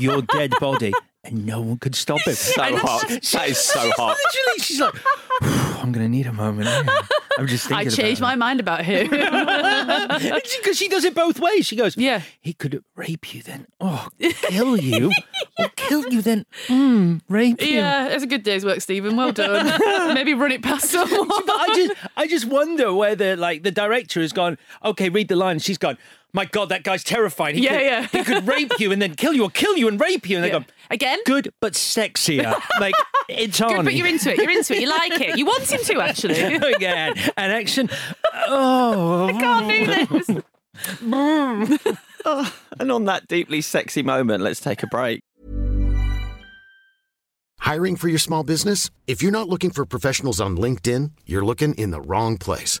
H: your dead body, and no one could stop
G: (laughs)
H: him.
B: So hot. That is so hot.
H: Literally, she's like, Oh, I'm going to need a moment. here. I'm just
G: (laughs) I
H: thinking.
G: changed my mind about
H: (laughs)
G: him.
H: Because she does it both ways. She goes,
G: Yeah.
H: He could rape you then. Oh, kill you. Or kill you then. Mm, rape you.
G: yeah, it's a good day's work, Stephen. Well
H: (laughs)
G: done. Maybe run it past someone.
H: But I just, I just wonder whether like the director has gone. Okay, read the line. She's gone. My God, that guy's terrifying. He
G: Yeah,
H: could,
G: yeah.
H: He could rape you and then kill you, or kill you and rape you, and
G: Yeah.
H: they go
G: Again?
H: Good, but sexier.
G: (laughs)
H: Like it's
G: Good,
H: on.
G: but you're into it. You're into it. You like it. You want him
I: (laughs)
G: to actually.
H: again. And action. Oh,
G: I can't do this.
B: And on that deeply sexy moment, let's take a break.
J: Hiring for your small business? If you're not looking for professionals on LinkedIn, you're looking in the wrong place.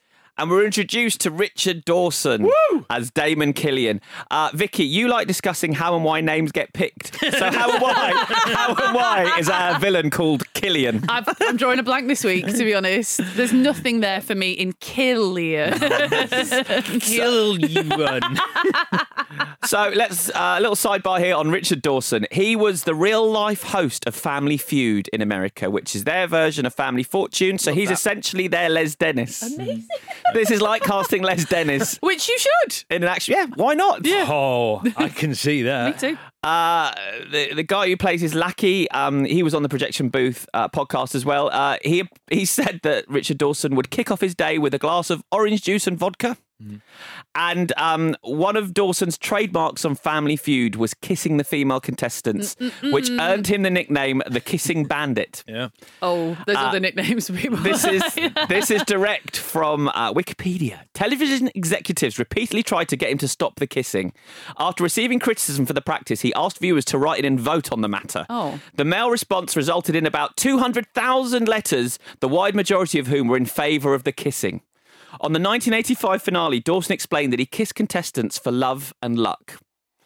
B: and we're introduced to Richard Dawson as Damon Killian. Uh, Vicky, you like discussing how and why names get picked. So how and (laughs) why? how and why is our villain called Killian?
G: I've, I'm drawing a blank this week, to be honest. There's nothing there for me in Killian.
H: Kill you run.
B: So let's uh, a little sidebar here on Richard Dawson. He was the real life host of Family Feud in America, which is their version of Family Fortune. So he's essentially their Les Dennis. Amazing. this is like casting Les (laughs) Dennis.
G: (laughs) Which you should.
B: In an action, yeah. Why not?
H: Oh, I can see that.
G: too.
B: Uh, the, the guy who plays his lackey, um, he was on the projection booth uh, podcast as well. Uh, he he (laughs) said that Richard Dawson would kick off his day with a glass of orange juice and vodka. And um, one of Dawson's trademarks on Family Feud was kissing the female contestants, which earned him the nickname the Kissing Bandit.
H: Yeah.
G: Oh, those
B: Uh,
G: other nicknames for people.
B: This is this is direct from uh, Wikipedia. Television executives repeatedly tried to get him to stop the kissing. After receiving criticism for the practice, he asked viewers to write in and vote on the matter.
G: Oh.
B: The male response resulted in about 200,000 letters, the wide majority of whom were in favour of the kissing. On the 1985 finale, Dawson explained that he kissed contestants for love and luck,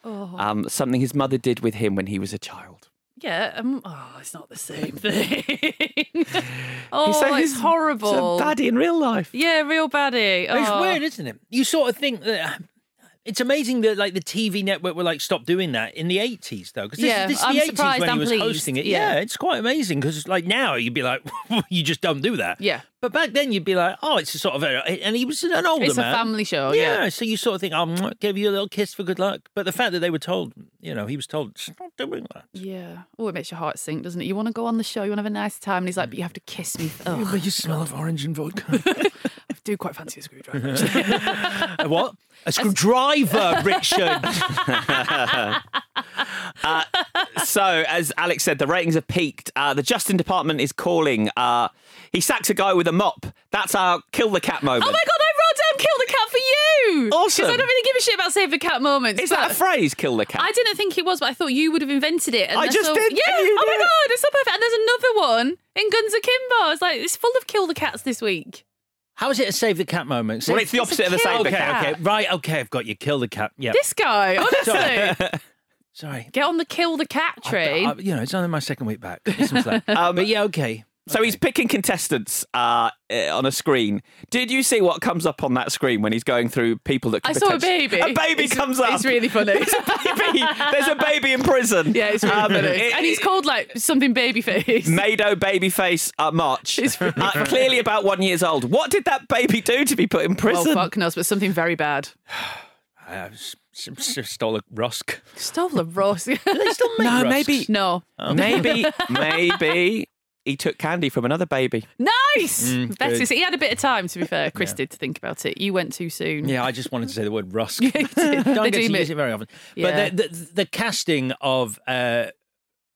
G: Oh,
B: um, something his mother did with him when he was a child.
G: (laughs) yeah. Um, oh, it's not the same
H: (laughs)
G: thing. oh,
B: So
G: it's
B: he's
G: horrible.
B: a baddie in real life.
G: Yeah, real baddie.
H: It's
G: Oh.
H: weird, isn't it? You sort of think that. It's amazing that like the TV network were like stop doing that in the eighties though because this,
G: Yeah,
H: this is
G: I'm
H: the eighties
G: surprised
H: when
G: and
H: he was
G: pleased.
H: hosting it.
G: Yeah.
H: Yeah, it's quite amazing because like now you'd be like (laughs) you just don't do that.
G: Yeah.
H: but back then you'd be like oh it's a sort of a, and he was an older
G: It's a
H: man.
G: family show, yeah.
H: so you sort of think oh, mwah, give you a little kiss for good luck, but the fact that they were told you know he was told stop doing that.
G: Yeah. Oh, it makes your heart sink, doesn't it? You want to go on the show, you want to have a nice time, and he's like, but you have to kiss
H: (laughs)
G: me. Oh,
H: you smell of orange and vodka.
G: (laughs) I do quite fancy a screwdriver. actually.
H: (laughs) what?
G: (laughs)
H: A screwdriver, Richard.
G: Oh
B: so, as Alex said, the ratings have peaked. Uh, the Justin Department is calling. Uh, he sacks a guy with a mop. That's our kill the cat moment.
G: Oh my god, I wrote down kill the cat for you.
B: Awesome.
G: Because I don't really give a shit about save the cat moments.
B: is that
G: but
B: a phrase, kill the cat?
G: I didn't think it was, but I thought you would have invented it. and
B: I
G: that's
B: just
G: so-
B: did, and
G: Yeah.
B: you
G: oh my
B: did it.
G: god, it's so perfect. And there's another one in Guns Akimbo. It's like it's full of kill the cats this week.
H: How is it a save the cat moment?
B: Well, it's the
G: It's a
B: opposite of the
G: kill
B: save the
H: okay,
B: cat.
G: cat.
H: okay, right, okay. I've got you. Kill the cat. Yeah,
G: This
H: (laughs)
G: guy, honestly,
H: sorry.
G: get on the kill the cat
H: I-
G: train.
B: (laughs)
H: I- you know, it's only my second week back. It's some slack. but yeah, okay.
B: So he's picking contestants uh, eh, on a screen. Did you see what comes up on that screen when he's going through people that? Could
G: I saw a
B: potentially-
G: baby.
B: A baby
G: It's-
B: comes up.
G: It's
B: (laughs)
G: really funny.
B: baby. There's a baby in prison.
G: Yeah, it's really
B: Um,
G: funny.
B: it-
G: and he's called like something babyface.
B: Mado babyface uh, March. Uh, clearly about one years old. What did that baby do to be put in prison?
G: Well, fuck knows, but something very bad.
H: I s- s- s- stole a rusk.
G: Stole a Ross. Do (laughs)
H: they still make
B: no,
H: rusks?
B: maybe
G: no. (laughs)
B: maybe maybe he took candy from another baby.
G: Nice,
H: Mm,
G: Betty.
H: good.
G: So he had a bit of time, to be fair. Chris did to think about it. You went too soon.
H: Yeah, I just wanted to say the word
G: (laughs)
H: rusk.
G: Yeah, you did.
H: Don't
G: They
H: get
G: do
H: to
G: mi-
H: use it very often.
G: Yeah.
H: But the, the, the casting of uh,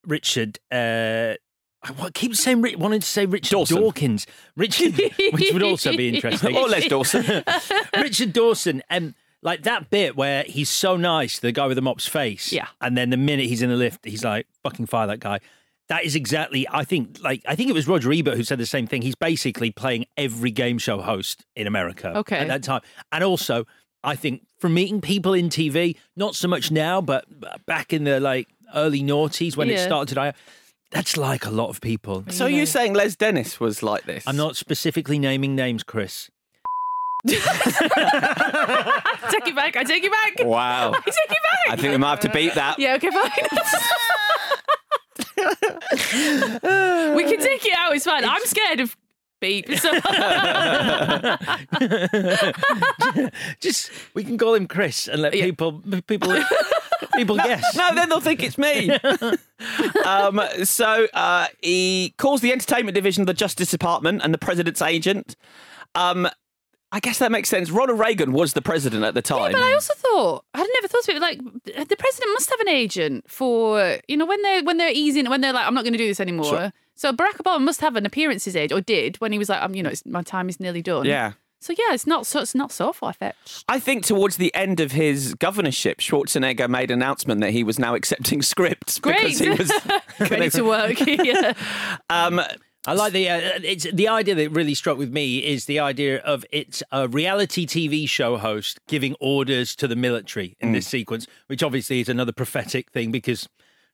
H: Richard. Uh, I wa- keep saying Ri- wanted to say Richard Dawkins, Richard, which would also
G: (laughs)
H: be interesting,
B: Or Les Dawson.
H: (laughs) Richard Dawson, um, like that bit where he's so nice to the guy with the mop's face, yeah, and then the minute he's in the lift, he's like, "Fucking fire that guy." That is exactly, I think, like I think it was Roger Ebert who said the same thing. He's basically playing every game show host in America
G: Okay.
H: at that time, and also I think from meeting people in TV, not so much now, but back in the like early noughties when it
B: Yeah.
H: started to die. That's like a lot of people.
B: So you're saying Les Dennis was like this?
H: I'm not specifically naming names, (laughs) Chris.
G: take it back. I take it back.
B: (laughs)
H: Oh.
B: Wow.
G: I take it back.
B: I think we might have to beat that.
G: Yeah. Okay. Fine. we can take it out. It's fine. I'm scared of beep. So
H: (laughs) Just we can call him Chris and let people people
G: (laughs)
H: people guess.
B: No, then they'll think it's me. um, so uh, he calls the entertainment division of the Justice Department and the president's agent. Um, I guess that makes sense. Ronald Reagan was the president at the time.
G: But I also thought I'd never thought of it. Like the president must have an agent for you know when they're when they're easing when they're like I'm not going to do this anymore.
B: Sure.
G: So Barack Obama must have an appearances agent or did when he was like I'm you know it's, my time is nearly done.
B: Yeah.
G: So yeah, it's not so it's not so far fetched.
B: I think towards the end of his governorship, Schwarzenegger made an announcement that he was now accepting (laughs) scripts
G: Great.
B: because he was
G: ready to work. (laughs) yeah.
B: Um,
H: I like the uh, it's the idea that really struck with me is the idea of it's a reality TV show host giving orders to the military in
B: Mm.
H: this sequence, which obviously is another prophetic thing because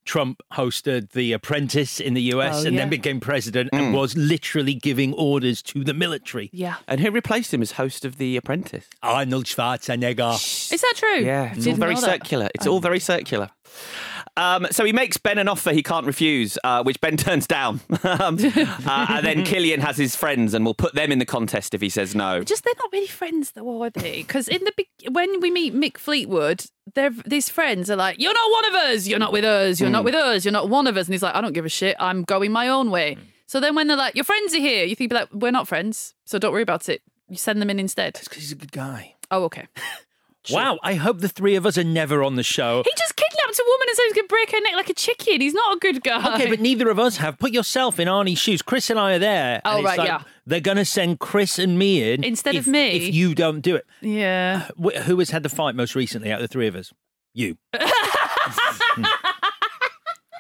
H: Trump hosted The Apprentice in the US
B: Oh,
H: and then
B: yeah.
H: became president
B: Mm.
H: and was literally giving orders to the military.
G: Yeah.
B: And who replaced him as host of The Apprentice?
H: Arnold Schwarzenegger.
G: Is that true?
B: Yeah, it's all
G: Didn't
B: very
G: know that. Oh.
B: circular. It's all very circular. Um, so he makes Ben an offer he can't refuse, uh, which Ben (laughs) turns down. um, uh,
G: (laughs)
B: and then Killian has his friends and will put them in the contest if he says no.
G: Just they're not really friends though, are they? Because in the be- when we meet Mick Fleetwood, they're, these friends are like, "You're not one of us. You're not with us.
H: Hmm.
G: You're not with us. You're not one of us." And he's like, "I don't give a shit. I'm going my own
H: Hmm.
G: way." So then when they're like, "Your friends are here," you think like, "We're not friends, so don't worry about it. You send them in instead."
H: because he's a good guy.
G: Oh, okay.
H: Wow, I hope the three of us are never on the show.
G: He just kidnapped a woman and said he's gonna break her neck like a chicken. He's not a good guy.
H: Okay, but neither of us have. Put yourself in Arnie's shoes. Chris and I are there.
G: Oh,
H: and it's
G: right,
H: like,
G: yeah.
H: They're going to send Chris and me in.
G: Instead of
H: if-
G: me?
H: If you don't do it.
G: yeah.
H: Wh- Who has had the fight most recently out of the three of us? You.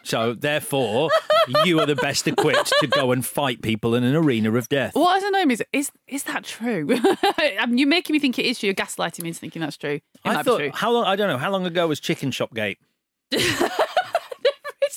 H: so, therefore, you are the best equipped to go and fight people in an arena of death.
G: What I don't know is is is that true? (laughs) I mean, you're making me think it is true. You're gaslighting me into thinking that's true. It might
H: I
G: be
H: thought,
G: true.
H: how long, I don't know, how long ago was Chicken
G: (laughs)
H: Shop Gate?
G: It's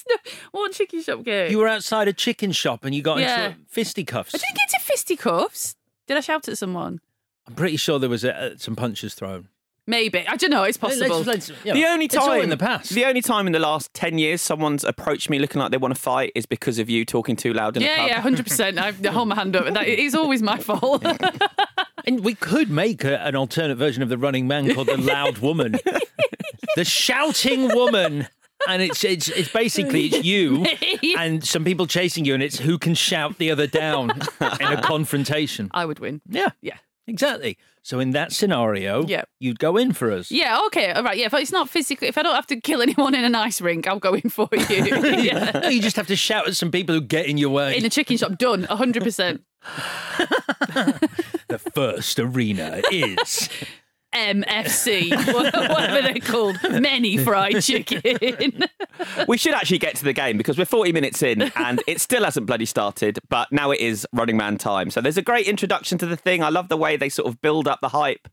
G: no, what chicken shop game?
H: You were outside a chicken shop and you got
G: Yeah.
H: into fisticuffs.
G: I didn't get to fisticuffs. Did I shout at someone?
H: I'm pretty sure there was uh some punches thrown.
G: Maybe. I don't know. It's
H: Let's-
G: possible.
H: let's- you know,
B: The only
H: it's
B: time
H: all in the past.
B: the only time in the last ten years someone's approached me looking like they want to fight is because of you talking too loud in a
G: yeah,
B: pub.
G: yeah, hundred percent.
H: (laughs)
G: I I hold my hand up. That is always my fault.
H: And we could make a, an alternate version of the Running Man called the Loud Woman,
G: (laughs)
H: the Shouting Woman, and it's it's it's basically
G: (laughs)
H: it's you and some people chasing you, and it's who can shout the other down in
G: (laughs)
H: a confrontation.
G: I would win.
H: Yeah,
G: yeah,
H: exactly. So in that scenario,
G: Yeah.
H: you'd go in for us.
G: Yeah. Okay. All right. Yeah. If it's not physical, if I don't have to kill anyone in an ice rink, I'll go in for
H: (laughs)
G: you. yeah.
H: No, you just have to shout at some people who get in your way.
G: In a chicken shop, done. hundred percent.
H: (laughs) the first arena is
G: MFC, (laughs) whatever they're called, many fried chicken.
B: We should actually get to the game because we're 40 minutes in and it still hasn't bloody started, but now it is Running Man time. So there's a great introduction to the thing. I love the way they sort of build up the hype.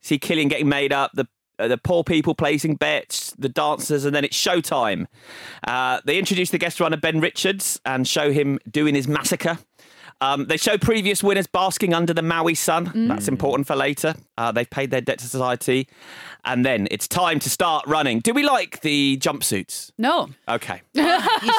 B: See Killian getting made up, the uh, the poor people placing bets, the dancers, and then it's showtime. Uh, they introduce the guest runner Ben Richards and show him doing his massacre. Um, they show previous winners basking under the Maui sun.
K: Mm.
B: That's important for later. Uh, they've paid their debt to society. And then it's time to start running. Do we like the jumpsuits?
G: (laughs) No.
B: Okay.
H: you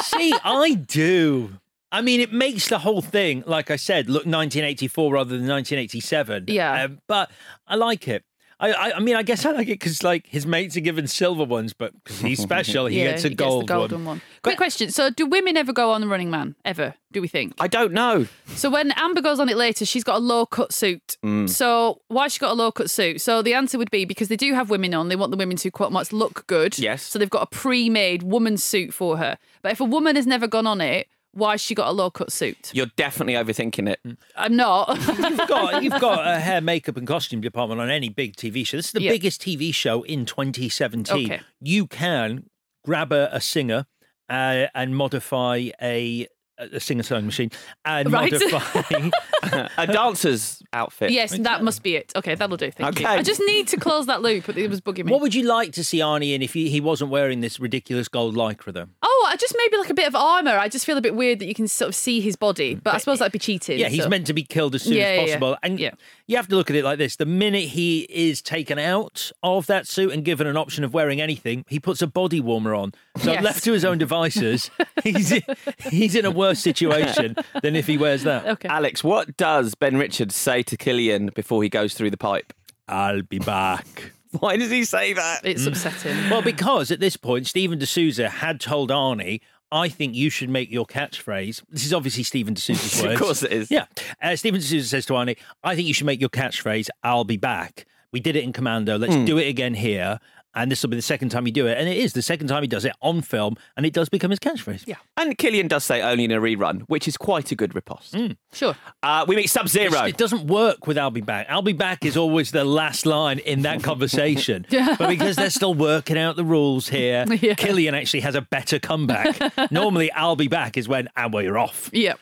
H: see, I do. I mean, it makes the whole thing, like I said, look 1984 rather than 1987.
G: Yeah.
H: Um, but I like it. I, I, I mean, I guess I like it because like his mates are given silver ones, but because he's special, he
G: (laughs) Yeah,
H: gets a
G: he
H: gold,
G: the golden one. Quick question. So, do women ever go on the Running Man? Ever? Do we think?
B: I don't know.
G: So, when Amber goes on it later, she's got a low cut suit.
B: Mm.
G: So, why she got a low cut suit? So, the answer would be because they do have women on, they want the women to quote marks look good.
B: Yes.
G: So, they've got a pre made woman's suit for her. But if a woman has never gone on it, why has she got a low cut suit?
B: You're definitely overthinking it.
G: I'm not.
H: You've
G: (laughs)
H: got you've got a hair, makeup, and costume department on any big TV show. This is the
G: Yeah.
H: biggest TV show in 2017.
G: Okay.
H: You can grab a, a singer uh, and modify a a singer sewing machine and
G: Right. (laughs)
H: modify
B: a dancer's outfit.
G: Yes, that must be it. Okay, that'll do. Thank you.
H: Okay.
G: I just need to close that loop. It was bugging me.
H: What would you like to see Arnie in if he, he wasn't wearing this ridiculous gold lycra though?
G: Oh, I just maybe like a bit of armor. I just feel a bit weird that you can sort of see his body, but I suppose that'd be cheating.
H: Yeah, he's
G: so-
H: meant to be killed as soon
G: Yeah, yeah,
H: as
G: yeah.
H: possible. And you have to look at it like this. The minute he is taken out of that suit and given an option of wearing anything, he puts a body warmer on. So
G: Yes.
H: left to his own
G: (laughs)
H: devices, he's he's in a worse situation than if he wears that.
G: Okay.
B: Alex, what does Ben Richards say to Killian before he goes through the pipe? (laughs)
H: I'll be back.
B: Why does he say that?
G: It's upsetting.
H: Mm. Well, because at this point, Stephen D'Souza had told Arnie, I think you should make your catchphrase. This is obviously Stephen
B: (laughs)
H: D'Souza's
B: Of
H: words.
B: course it is.
H: Yeah. Uh, Stephen D'Souza says to Arnie, I think you should make your catchphrase, I'll be back. We did it in Commando. Let's
B: Hmm.
H: do it again here. And this will be the second time you do it. And it is the second time he does it on film, and it does become his catchphrase. Yeah.
B: And Killian does say only in a rerun, which is quite a good riposte.
G: Sure.
B: Uh, we meet Sub Zero.
H: It doesn't work with I'll be back. I'll be back is always the last line in that
G: (laughs)
H: conversation. But because they're still working out the rules here, Killian actually has a
G: (laughs)
H: better comeback. Normally, I'll be back is when, and well, you're off.
G: Yeah.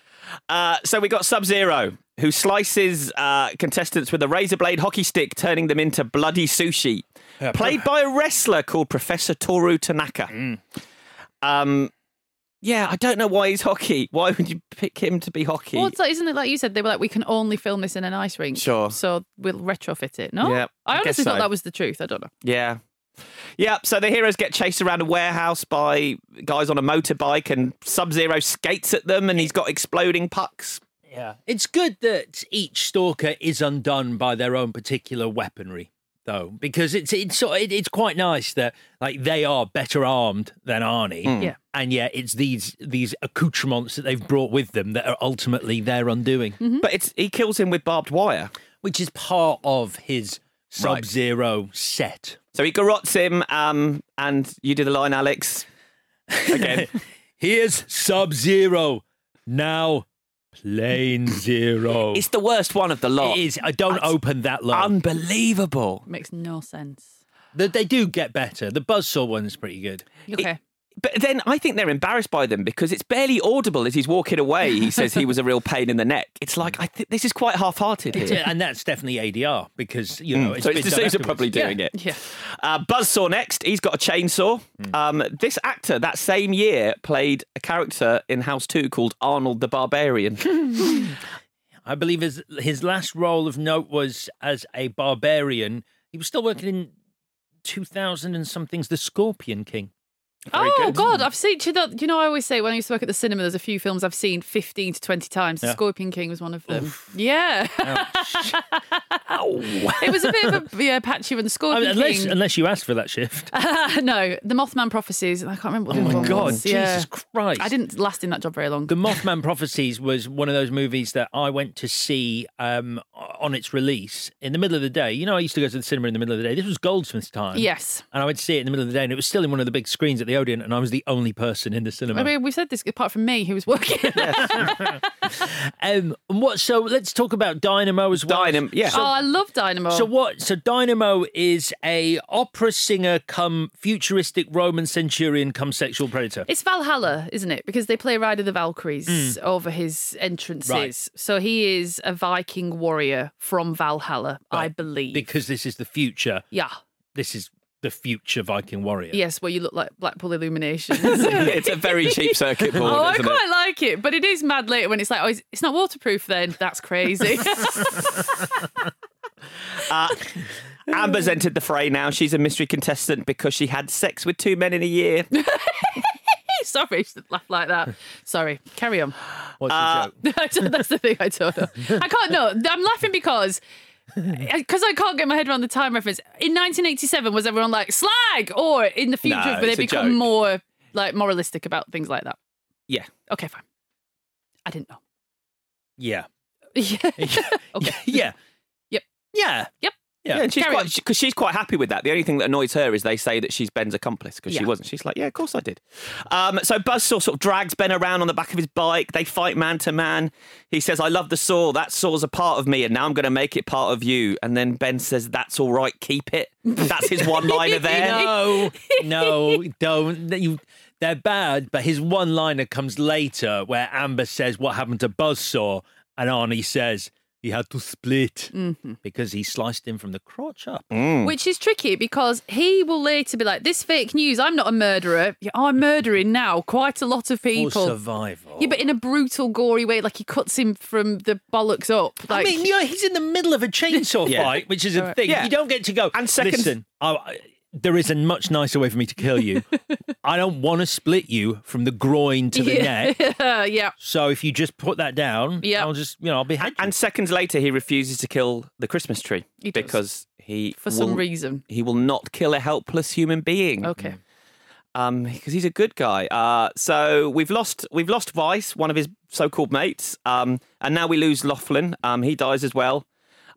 B: Uh, so we got Sub Zero, who slices uh, contestants with a razor blade hockey stick, turning them into bloody sushi. Played by a wrestler called Professor Toru Tanaka. Um, yeah, I don't know why he's hockey. Why would you pick him to be hockey?
G: Well, it's like, isn't it like you said? They were like, we can only film this in an ice rink.
B: Sure.
G: So we'll retrofit it. No?
B: Yeah, I
G: I
B: guess
G: honestly
B: so.
G: thought that was the truth. I don't know.
B: Yeah. Yeah, so the heroes get chased around a warehouse by guys on a motorbike, and Sub Zero skates at them, and he's got exploding pucks.
H: Yeah. It's good that each stalker is undone by their own particular weaponry, though, because it's it's sort of- it, it's quite nice that like they are better armed than Arnie.
B: Mm. Yeah.
H: And yet it's these these accoutrements that they've brought with them that are ultimately their undoing.
G: Mm-hmm.
B: But it's he kills him with barbed wire,
H: which is part of his
B: Right.
H: Sub-Zero set.
B: So he garrots him, um, and you do the line, Alex. Again.
H: (laughs) Here's Sub Zero. Now Plane Zero.
B: it's the worst one of the lot.
H: It is. I don't open that low.
B: Unbelievable.
G: Makes no sense.
H: That they do get better. The buzzsaw one's pretty good.
G: Okay.
B: But then I think they're embarrassed by them because it's barely audible as he's walking away.
H: (laughs)
B: He says he was a real pain in the neck. It's like I think this is quite half-hearted here.
H: (laughs) Yeah, and that's definitely ADR because you know
B: Mm.
H: it's
B: so
H: been
B: it's
H: done
B: D'Souza
H: afterwards.
B: probably doing
H: Yeah. Mm.
B: it. Uh, Buzzsaw next. He's got a chainsaw. Um, this actor that same year played a character in House 2 called Arnold the
H: (laughs)
B: Barbarian.
H: I believe his his last role of note was as a barbarian. He was still working in two thousand and something's The Scorpion King. Very
G: oh
H: good.
G: God, I've seen. do You know, do you know, I always say when I used to work at the cinema, there's a few films I've seen 15 to 20 times.
H: Yeah.
G: The Scorpion King was one of them. Yeah, (laughs)
H: Ow.
G: it was a bit of a yeah, patchy one. The
H: I
G: Scorpion
H: mean, unless
G: King.
H: unless you asked for that shift.
G: (laughs) no, the Mothman prophecies. I can't remember. What
H: Oh
G: the
H: my
G: other one
H: God,
G: was. Yeah.
H: Jesus Christ.
G: I didn't last in that job very long.
H: The Mothman Prophecies was one of those movies that I went to see um, on its release in the middle of the day. You know, I used to go to the cinema in the middle of the day. This was Goldsmith's time.
G: Yes.
H: And I would see it in the middle of the day, and it was still in one of the big screens at the Odeon, and I was the only person in the cinema.
G: I mean, we said this apart from me, who was working.
H: (laughs) Um, and what? So let's talk about Dynamo as well. Dynamo,
B: yeah.
G: oh, I love Dynamo.
H: So what? So Dynamo is a opera singer, come futuristic Roman centurion, come sexual predator.
G: It's Valhalla, isn't it? Because they play Ride of the Valkyries
H: Mm.
G: over his entrances.
H: Right.
G: So he is a Viking warrior from Valhalla, I
H: Right.
G: believe.
H: because this is the future.
G: yeah.
H: This is the future Viking warrior.
G: Yes, where you look like Blackpool Illuminations.
B: (laughs) it's
G: (laughs)
B: a very cheap circuit board.
G: Oh, I
B: isn't
G: quite like it, but it is mad later when it's like, oh, it's- it's not waterproof then. That's crazy. (laughs)
B: it? Uh, Amber's entered the fray now. She's a mystery contestant because she had sex with two men in a
H: (laughs)
B: year.
G: Sorry, she laugh like that. Sorry, carry on.
H: What's
B: Uh,
G: the joke? That's the thing (laughs) I don't know. I can't know. I'm laughing because. Because I can't get my head around the time reference. In 1987, was everyone like slag? Or in the future,
B: No,
G: they
B: it's a
G: become
B: joke.
G: more like moralistic about things like that?
B: Yeah.
G: Okay, fine. I didn't know. (laughs)
H: Yeah.
G: Yeah.
B: (laughs)
H: Yeah.
G: Yep.
H: Yeah.
G: Yep.
B: Yeah, and she's quite because she's quite happy with that. The only thing that annoys her is they say that she's Ben's accomplice because she
G: Yeah.
B: wasn't. She's like, yeah, of course I did. Um, so Buzzsaw sort of drags Ben around on the back of his bike. They fight man to man. He says, "I love the saw. That saw's a part of me, and now I'm going to make it part of you." And then Ben says, "That's all right. Keep it." That's
G: (laughs)
B: his one liner there.
H: No, no, Oh, don't. That You, they're bad, but his one liner comes later where Amber says, What happened to Buzzsaw? And Arnie says, He had to split
G: Mm-hmm.
H: because he sliced him from the crotch up.
G: Which is tricky because he will later be like, this fake news, I'm not a murderer. Yeah, I'm murdering now quite a lot of
H: For
G: people.
H: survival.
G: Yeah, but in a brutal, gory way, like he cuts him from the bollocks up. Like,
H: I mean, you know, he's in the middle of
G: (laughs)
H: a chainsaw
B: Yeah.
H: fight, which is a
G: Alright.
H: thing.
B: Yeah.
H: You don't get to go. And
B: second-
H: listen, I, I- there is a much nicer way for me to
G: (laughs)
H: kill you. I don't want to split you from the groin to
G: (laughs)
H: the
G: yeah,
H: neck.
G: yeah.
H: So if you just put that down,
G: Yeah.
H: I'll just, you know, I'll be happy.
B: And seconds later, he refuses to kill the Christmas tree
G: He does.
B: because he,
G: For some
B: will-
G: reason.
B: he will not kill a helpless human being.
H: Hmm.
G: Okay.
B: um, because he's a good guy. Uh, so we've lost we've lost Vice, one of his so-called mates, um, and now we lose Laughlin. Um, he dies as well,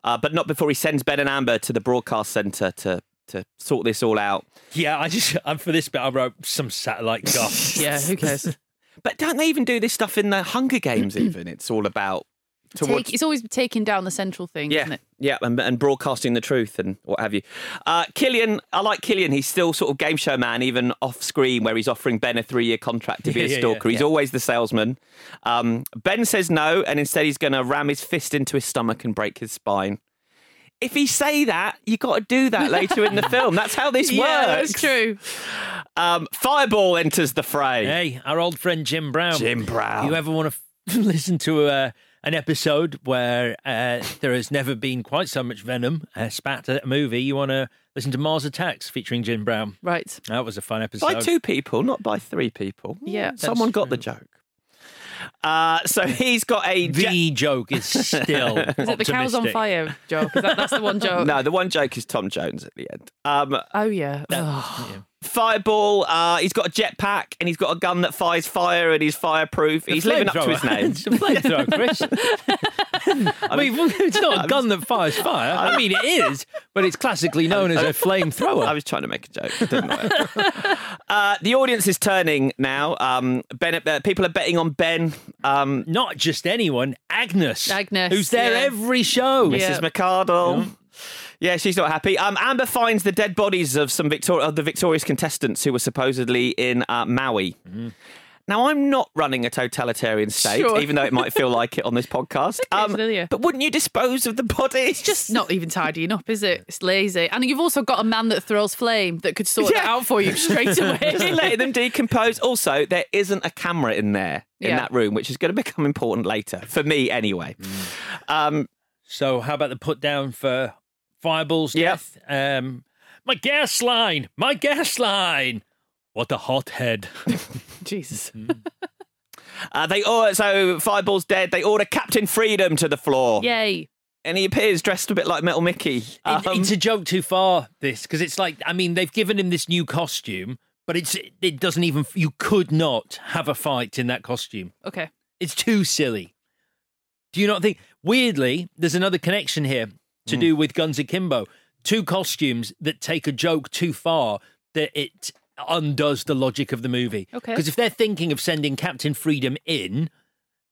B: uh, but not before he sends Ben and Amber to the broadcast center to to sort this all out.
H: Yeah, I just um, for this bit I wrote
G: (laughs)
H: some satellite guff.
G: Yeah, who
H: (laughs)
G: cares?
B: But don't they even do this stuff in the Hunger Games? even it's all about towards
G: Take, it's always taking down the central thing,
B: yeah,
G: isn't it?
B: yeah, and, and broadcasting the truth and what have you. Uh, Killian, I like Killian. He's still sort of game show man, even off screen, where he's offering Ben a three year contract to
G: (laughs)
B: be
H: Yeah, yeah,
B: a
H: yeah,
B: stalker. he's
H: yeah.
B: always the salesman. Um, ben says no, and instead he's going to ram his fist into his stomach and break his spine. If he say that, you got to
G: (laughs)
B: do that later in the film. That's how this
G: yeah,
B: works.
G: that's true.
B: Um, Fireball enters the fray.
H: Hey, our old friend Jim Brown.
B: Jim Brown.
H: You ever want to (laughs) listen to uh, an episode where uh, there has never been quite so much venom uh, spat at a movie? You want to listen to Mars Attacks featuring Jim Brown.
G: Right.
H: That was a fun episode.
B: By two people, not by three people.
G: Yeah.
B: Someone got the joke. Uh, so (laughs) he's got a
H: The
B: (laughs)
H: joke is still.
G: Is it the cows on
H: optimistic.
G: fire joke? Is that, that's the one
H: Oh.
G: joke.
B: (laughs) No, the one joke is Tom Jones at the end. Um,
G: Oh, yeah.
B: Fireball, uh, he's got a jetpack and he's got a gun that fires fire and he's fireproof.
H: The
B: he's living up to his
H: (laughs) flamethrower.
B: name.
H: it's a flamethrower, Chris.
B: (laughs)
H: I mean, (laughs) it's not a gun that fires fire. I mean, it is, but it's
B: (laughs)
H: classically known as a flamethrower.
B: I was trying to make a joke. It didn't work. (laughs) uh, the audience is turning now. Um, ben, uh, people are betting on Ben. Um,
H: not just anyone, Agnes.
G: Agnes,
H: Who's there
G: yeah.
H: every show.
G: Yeah.
B: Mrs. McCardle. Yeah, she's not happy. Um, Amber finds the dead bodies of some victor- of the victorious contestants who were supposedly in uh, Maui. Now, I'm not running a totalitarian state,
G: Sure.
B: even though it
G: (laughs)
B: might feel like it on this podcast. Um,
G: familiar.
B: but wouldn't you dispose of the bodies? It's (laughs)
G: Just not even tidying up, is it? It's lazy. And you've also got a man that throws flame that could sort that
B: Yeah.
G: out for you
H: (laughs)
G: straight
B: Just
G: away.
B: letting them decompose. Also, there isn't a camera in there in
G: Yeah.
B: that room, which is going to become important later for me, anyway. Um,
H: So, how about the put down for Fireball's
B: Yep.
H: death? Um, my gas line! My gas line! What a hothead.
G: Jesus.
B: uh, they or- so Fireball's dead. They order Captain Freedom to the floor.
G: (laughs) Yay.
B: and he appears dressed a bit like Metal Mickey.
H: It-
B: Um,
H: it's a joke too far, this, because it's like, I mean, they've given him this new costume, but it's it doesn't even, you could not have a fight in that costume.
G: Okay.
H: It's too silly. Do you not think? Weirdly, there's another connection here to
G: Hmm.
H: do with Guns Akimbo. Two costumes that take a joke too far that it undoes the logic of the movie.
G: Okay.
H: Because if they're thinking of sending Captain Freedom in,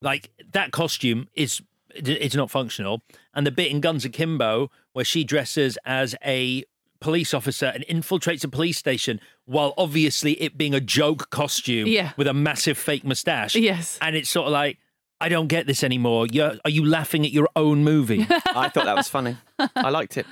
H: like that costume is it's not functional. And the bit in Guns Akimbo where she dresses as a police officer and infiltrates a police station while obviously it being a joke costume
G: Yeah.
H: with a massive fake mustache
G: Yes.
H: and it's sort of like I don't get
G: (laughs)
H: this anymore. You're, are you laughing at your own movie?
B: I thought that was funny. I liked it.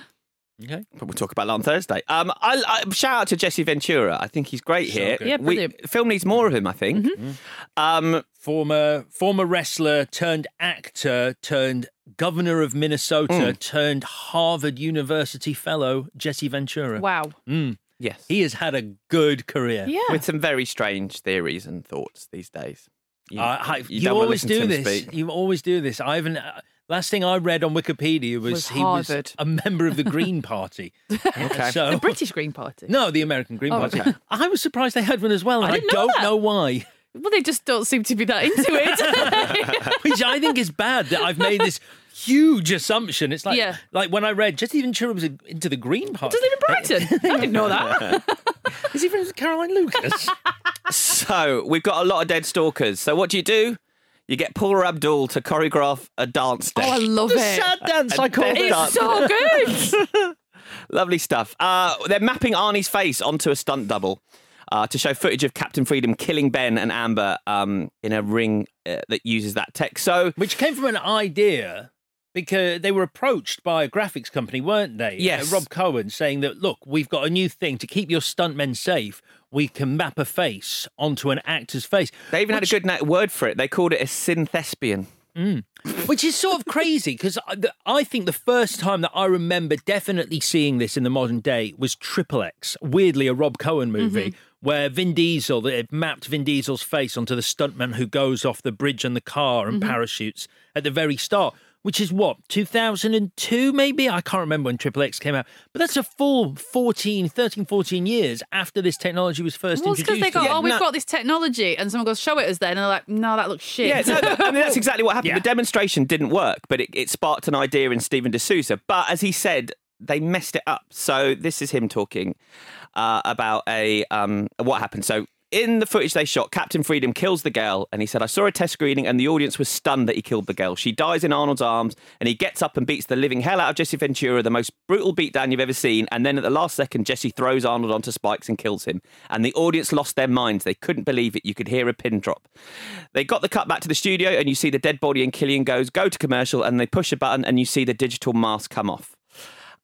H: Okay.
B: But we'll talk about that on Thursday. Um, I, I, shout out to Jesse Ventura. I think he's great
H: So
B: here.
H: good. Mm-hmm. Yeah,
B: we,
H: brilliant.
B: film needs more of him. I think.
G: Mm-hmm.
B: Um,
H: former former wrestler turned actor turned governor of Minnesota
B: Mm.
H: turned Harvard University fellow Jesse Ventura.
G: Wow.
H: Mm.
B: Yes.
H: He has had a good career.
G: Yeah.
B: With some very strange theories and thoughts these days. You,
H: Uh, hi-
B: you
H: you,
B: don't wanna
H: always
B: listen to
H: do
B: him
H: this.
B: speak.
H: You always do this. I haven't. Uh, last thing I read on Wikipedia was,
G: Was
H: he was
G: Harvard.
H: a member of the
G: (laughs)
H: Green Party.
B: Okay.
H: So,
G: The British Green Party.
H: no, the American Green
G: Oh,
H: Party.
G: okay.
H: I was surprised they had one as well, and
G: I
H: I,
G: didn't know
H: don't
G: that.
H: know why.
G: Well, they just don't seem to be that into it. (laughs)
H: (laughs) which I think is bad that I've made this huge assumption. It's like
G: Yeah.
H: like when I read Jesse Ventura was into the Green Party.
G: Does live in
H: (laughs)
G: Brighton? I didn't know that.
H: Is he friends with Caroline Lucas?
B: so we've got a lot of dead stalkers. So what do you do? You get Paula Abdul to choreograph a dance.
G: Oh,
B: step.
G: I love
H: the
G: it.
H: sad dance I call it.
G: It's so good.
B: Lovely stuff. Uh, they're mapping Arnie's face onto a stunt double uh, to show footage of Captain Freedom killing Ben and Amber um, in a ring uh, that uses that tech. So,
H: (laughs) Which came from an idea because they were approached by a graphics company, weren't they? Uh,
B: Yes.
H: Rob Cohen saying that look, we've got a new thing to keep your stuntmen safe. We can map a face onto an actor's face.
B: they even had a good na- word for it. They called it a synthespian.
H: which is sort of crazy because I, the- I think the first time that I remember definitely seeing this in the modern day was Triple X, weirdly a Rob Cohen movie.
G: Mm-hmm.
H: Where Vin Diesel, they had mapped Vin Diesel's face onto the stuntman who goes off the bridge and the car
G: Mm-hmm.
H: and parachutes at the very start, which is what, 2002 maybe? I can't remember when Triple X came out, but that's a full 14, 13, 14 years after this technology was first
G: Well, it's because
H: introduced.
G: they go,
H: to
G: oh, we've
B: no-
G: got this technology, and someone goes, show it us then, and they're like, no, that looks shit.
B: Yeah, no, that- I mean,
G: (laughs)
B: that's
H: (laughs)
B: exactly what happened.
H: Yeah.
B: The demonstration didn't work, but it, it sparked an idea in Stephen D'Souza. But as he said, they messed it up. So this is him talking uh, about a um, what happened. So in the footage they shot, Captain Freedom kills the girl, and he said, "I saw a test screening, and the audience was stunned that he killed the girl. She dies in Arnold's arms, and he gets up and beats the living hell out of Jesse Ventura, the most brutal beatdown you've ever seen. And then at the last second, Jesse throws Arnold onto spikes and kills him. And the audience lost their minds; they couldn't believe it. You could hear a pin drop. They got the cut back to the studio, and you see the dead body, and Killian goes, go to commercial, and they push a button, and you see the digital mask come off.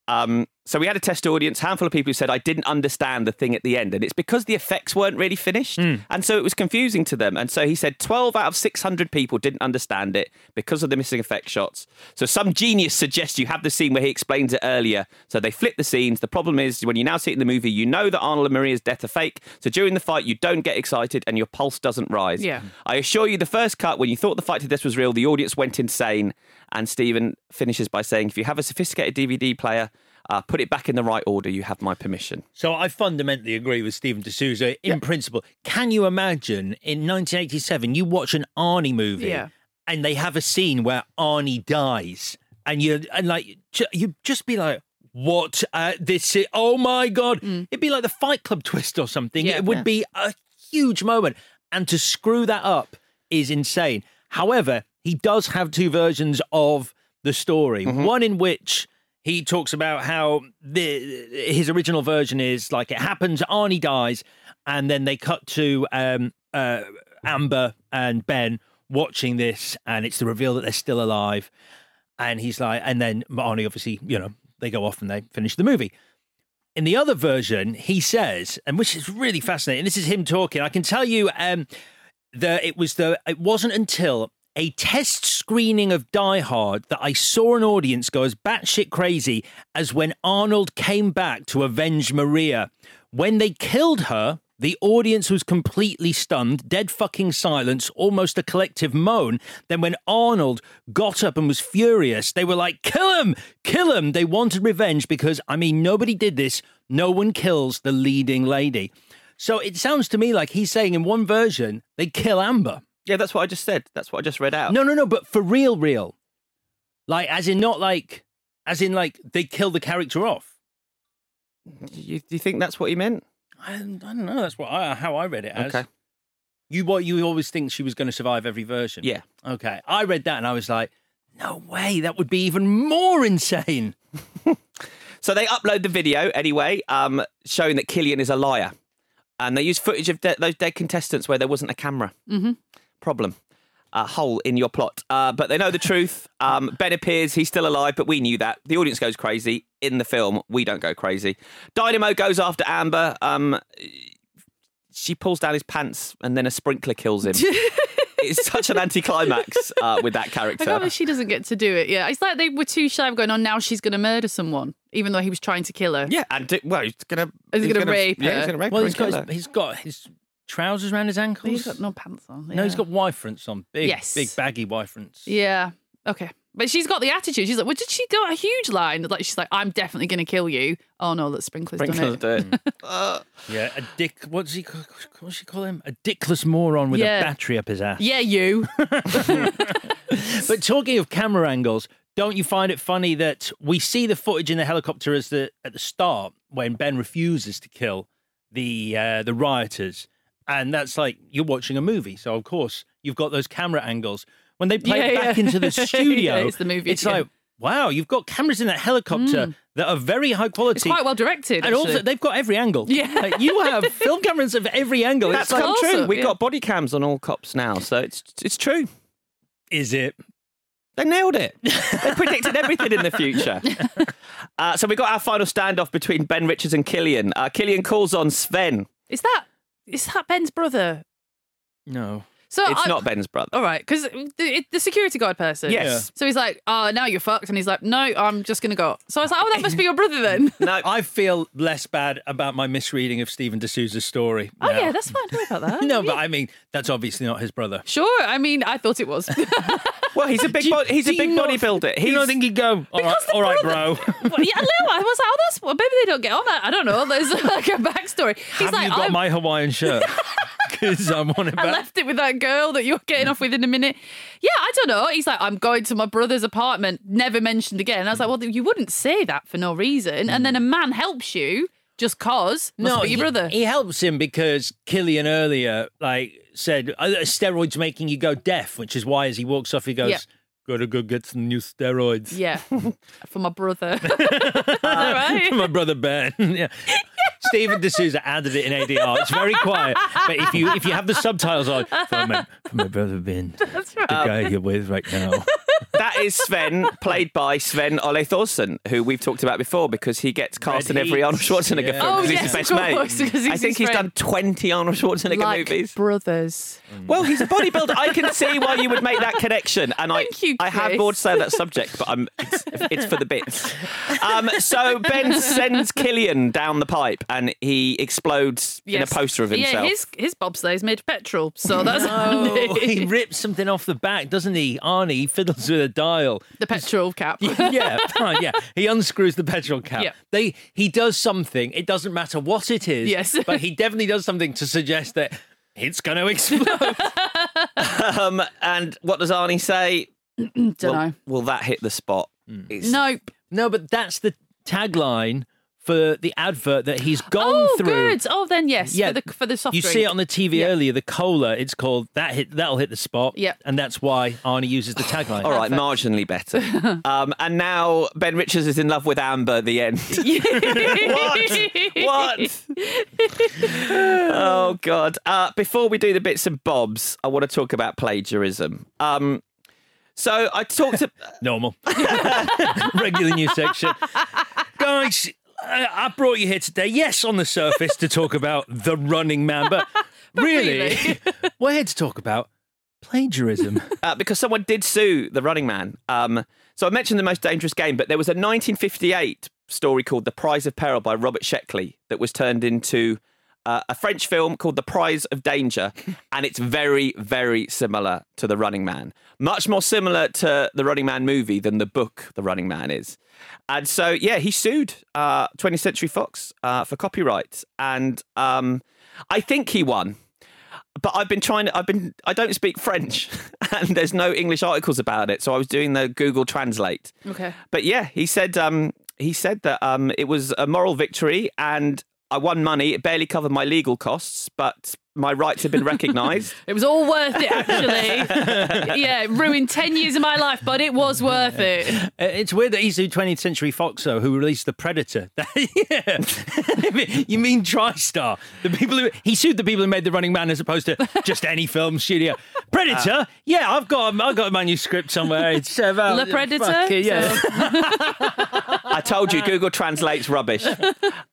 B: Um, so we had a test audience, handful of people who said, I didn't understand the thing at the end. And it's because the effects weren't really finished. And so it was confusing to them. And so he said 12 out of 600 people didn't understand it because of the missing effect shots. So some genius suggests you have the scene where he explains it earlier. So they flip the scenes. The problem is when you now see it in the movie, you know that Arnold and Maria's death are fake. So during the fight, you don't get excited and your pulse doesn't rise.
G: Yeah.
B: I assure you, the first cut, when you thought the fight to this was real, the audience went insane. And Stephen finishes by saying, if you have a sophisticated DVD player, uh, put it back in the right order, you have my permission.
H: So I fundamentally agree with Stephen D'Souza in principle. Can you imagine in 1987 you watch an Arnie movie
G: Yeah.
H: and they have a scene where Arnie dies and you and like ju- you just be like what uh, this is, oh my god it'd be like the Fight Club twist or something.
G: Mm. Yeah.
H: it would
G: Yeah.
H: be a huge moment and to screw that up is insane. However, he does have two versions of the story. One in which he talks about how the his original version is like it happens, Arnie dies, and then they cut to um, uh, Amber and Ben watching this, and it's the reveal that they're still alive. And he's like, and then Arnie obviously, you know, they go off and they finish the movie. In the other version, he says, and which is really fascinating. This is him talking. I can tell you, um, the it was the it wasn't until a test screening of Die Hard that I saw an audience go as batshit crazy as when Arnold came back to avenge Maria. When they killed her, the audience was completely stunned, dead fucking silence, almost a collective moan. Then when Arnold got up and was furious, they were like, kill him, kill him. They wanted revenge because, I mean, nobody did this. No one kills the leading lady. So it sounds to me like he's saying in one version they kill Amber.
B: Yeah, that's what I just said. That's what I just read out.
H: No, no, no, but for real, real. Like, as in not like, as in like they kill the character off.
B: You, do you think that's what he meant?
H: I, I don't know. That's what I, how I read it as.
B: Okay.
H: You what you always think she was going to survive every version.
B: Yeah.
H: Okay. I read that and I was like, no way. That would be even more insane.
B: So they upload the video anyway, um, showing that Killian is a liar. And they use footage of de- those dead contestants where there wasn't a camera.
G: Mhm.
B: Problem. uh, hole in your plot. Uh, but they know the truth. Um, ben appears, he's still alive, but we knew that. The audience goes crazy. In the film, we don't go crazy. Dynamo goes after Amber. Um, she pulls down his pants, and then a sprinkler
G: (laughs)
B: kills him. it's such an anticlimax uh, with that
G: I can't
B: character.
G: believe she doesn't get to do it. Yeah, it's like they were too shy of going on. Now she's going to murder someone, even though he was trying to kill her.
B: Yeah, and do, well, he's gonna
G: He's gonna rape
B: Yeah,
G: her.
B: he's gonna rape
H: well,
B: her.
H: he's
B: and
H: got
B: kill
H: his,
B: her.
H: he's got his trousers around his ankles.
G: he's got no pants on.
H: No, he's
G: yeah.
H: got Y fronts on. Big,
G: Yes.
H: big baggy Y fronts.
G: Yeah. Okay. But she's got the attitude. She's like, well, did she do a huge line? Like, she's like, I'm definitely going to kill you. Oh, no, that Sprinkler's,
B: Sprinkler's
G: done it.
B: (laughs) done it.
H: Yeah, a dick. What's he? ca- What's she call him? A dickless moron with
G: Yeah.
H: a battery up his ass.
G: Yeah, you.
H: But talking of camera angles, don't you find it funny that we see the footage in the helicopter as the at the start when Ben refuses to kill the uh, the rioters, and that's like you're watching a movie, so of course you've got those camera angles. When they play it
G: Yeah,
H: back
G: yeah.
H: into the
G: (laughs) Yeah,
H: studio,
G: it's the movie,
H: It's
G: yeah. Mm.
H: like wow, you've got cameras in that helicopter that are very high quality,
G: It's quite well directed.
H: and also
G: actually.
H: they've got every angle.
G: Yeah.
H: Like, you have film cameras of every
G: (laughs)
H: angle.
B: That's
H: it's like,
B: come true.
G: awesome,
B: We've
G: yeah.
B: got body cams on all cops now, so it's it's true.
H: is it?
B: They nailed
G: (laughs)
B: it. They predicted everything in the future. Uh, so we got our final standoff between Ben Richards and Killian. Uh, Killian calls on Sven.
G: Is that is that Ben's brother?
H: No.
G: So
B: it's
G: I- Oh.
B: not Ben's brother.
G: All right, because the, the security guard person.
B: Yes.
G: So he's like, oh, now you're fucked. And he's like, no, I'm just going to go. So I was like, oh, that must be your brother then.
B: (laughs) No,
H: I feel less bad about my misreading of Stephen D'Souza's story.
G: Oh,
H: now.
G: yeah, that's fine. Don't worry about that.
H: (laughs) No, but I mean, that's obviously not his brother.
G: Sure. I mean, I thought it was. (laughs)
B: Well, he's a big bo- he's a big bodybuilder.
H: You
B: He's
H: don't think he'd go, all right,
G: (laughs) Because the
H: all right, bro.
G: brother- (laughs) Well, yeah, no, I was like, oh, that's well, maybe they don't get on. I, I don't know. There's (laughs) like a backstory. He's
H: Have
G: like,
H: you got
G: I'm-
H: my
G: (laughs)
H: Hawaiian shirt? Because I'm on
G: I
H: about.
G: left it with that girl that you're getting off with in a minute. Yeah, I don't know. He's like, I'm going to my brother's apartment, never mentioned again. And I was like, well, you wouldn't say that for no reason. And then a man helps you just cause. Must be your
H: he-
G: brother.
H: He, helps him because Killian earlier, like, said "Uh, steroids making you go deaf, which is why as he walks off, he goes,
G: Yeah.
H: "Gotta go get some new steroids." (laughs)
G: yeah, for my brother. All right.
H: my brother Ben. (laughs) yeah. Stephen D'Souza added it in ADR. It's very quiet, but if you if you have the subtitles on, for my, for my brother Ben, that's right. the guy you're with right now.
B: that is Sven, played by Sven Ole Thorsen, who we've talked about before because he gets cast
H: Red
B: in every
H: Heat.
B: Arnold Schwarzenegger
H: Yeah.
B: film
G: Oh,
B: because he's
G: yes,
B: the
G: of
B: best
G: course,
B: mate.
G: because he's
B: I think
G: his
B: he's
G: friend.
B: done 20 Arnold Schwarzenegger
G: like
B: movies.
G: brothers.
B: Well, he's a bodybuilder. I can see why you would make that connection, and
G: Thank
B: I
G: you,
B: I have
G: Chris.
B: more to say on that subject, but I'm it's, it's for the bits. Um, so Ben sends Killian down the pipe, and he explodes in a
G: Yes.
B: poster of himself.
G: Yeah, his, his bobsleigh is made of petrol.
H: (laughs)
G: So that's
H: Oh, he rips something off the back, doesn't he? Arnie he fiddles with a dial.
G: the petrol cap.
H: (laughs) yeah, fine, yeah. He unscrews the petrol cap.
G: Yeah.
H: They he does something. It doesn't matter what it is.
G: Yes. (laughs)
H: but he definitely does something to suggest that it's going
G: (laughs)
H: to explode.
B: Um, and what does Arnie say?
G: Don't
B: Will-
G: know.
B: Will that hit the spot? It's-
G: Nope.
H: no, but that's the tagline for the advert that he's gone
G: Oh,
H: through.
G: good. Oh, then yes.
H: Yeah,
G: For the, for the soft
H: You
G: drink.
H: see it on the TV
G: Yeah.
H: earlier, the cola. It's called that hit. That'll hit the spot.
G: Yeah.
H: and that's why Arnie uses the tagline.
G: (laughs)
B: All right, marginally better. Um, and now Ben Richards is in love with Amber. The end.
G: (laughs)
B: what? What? oh God! Uh, before we do the bits and bobs, I want to talk about plagiarism. Um, so I talked to.
H: (laughs) normal. (laughs) Regular news section. Guys, I I brought you here today, yes, on the surface to talk about the running man,
G: (laughs)
H: but really,
G: really.
H: (laughs) we're here to talk about plagiarism.
B: uh, because someone did sue the Running Man. Um, so I mentioned the most dangerous game, but there was a 1958 story called "The Prize of Peril" by Robert Sheckley that was turned into uh, a French film called "The Prize of Danger," (laughs) and it's very, very similar to the Running Man. Much more similar to the Running Man movie than the book the Running Man is. And so, yeah, he sued uh, 20th Century Fox uh, for copyright, and um, I think he won but I've been trying. I've been. I don't speak French, (laughs) and there's no English articles about it. So I was doing the Google Translate.
G: (laughs) Okay.
B: But yeah, he said. Um, he said that um, it was a moral victory, and I won money. It barely covered my legal costs, but my rights have been recognised.
G: It was all worth it, actually. (laughs) yeah, it ruined 10 years of my life, but it was worth it.
H: Uh, It's weird that he's the 20th Century Fox, though, who released The Predator. (laughs) yeah. you mean TriStar? The people who he sued the people who made The Running Man, as opposed to just any film
G: (laughs)
H: studio. Predator? yeah, I've got I've got a manuscript somewhere. It's about
G: Le Predator?
H: Fuck it, yeah.
B: I told you, Google translates rubbish.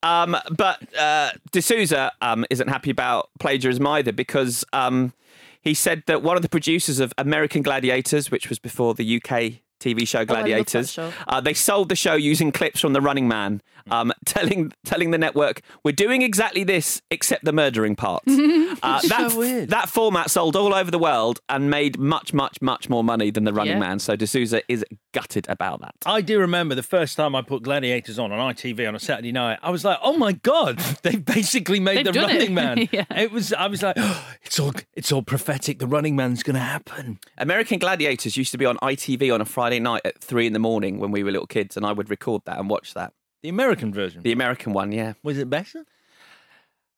B: Um, but uh, D'Souza um, isn't happy about plagiarism either because um, he said that one of the producers of American Gladiators, which was before the UK TV
H: Oh,
B: show
G: that
B: Gladiators,
G: show.
B: uh, they sold the show using clips from The Running Man, um, telling telling the network, "We're doing exactly this, except the murdering
H: (laughs)
B: part." Uh,
H: So
B: that,
H: weird.
B: that format sold all over the world and made much, much, much more money than The Running
H: Yeah.
B: Man. So D'Souza is gutted about that.
H: I do remember the first time I put Gladiators on on ITV on a Saturday night. I was like, "Oh my god, (laughs) they've basically made
B: They've
H: the
B: done it.
H: Running Man."
B: Yeah.
H: It was. I was like, "Oh, "It's all, it's all prophetic. The Running Man's going to happen."
B: American Gladiators used to be on ITV on a Friday night at three in the morning when we were little kids, and I would record that and watch that.
H: The American version.
B: The American one, yeah.
H: Was it better?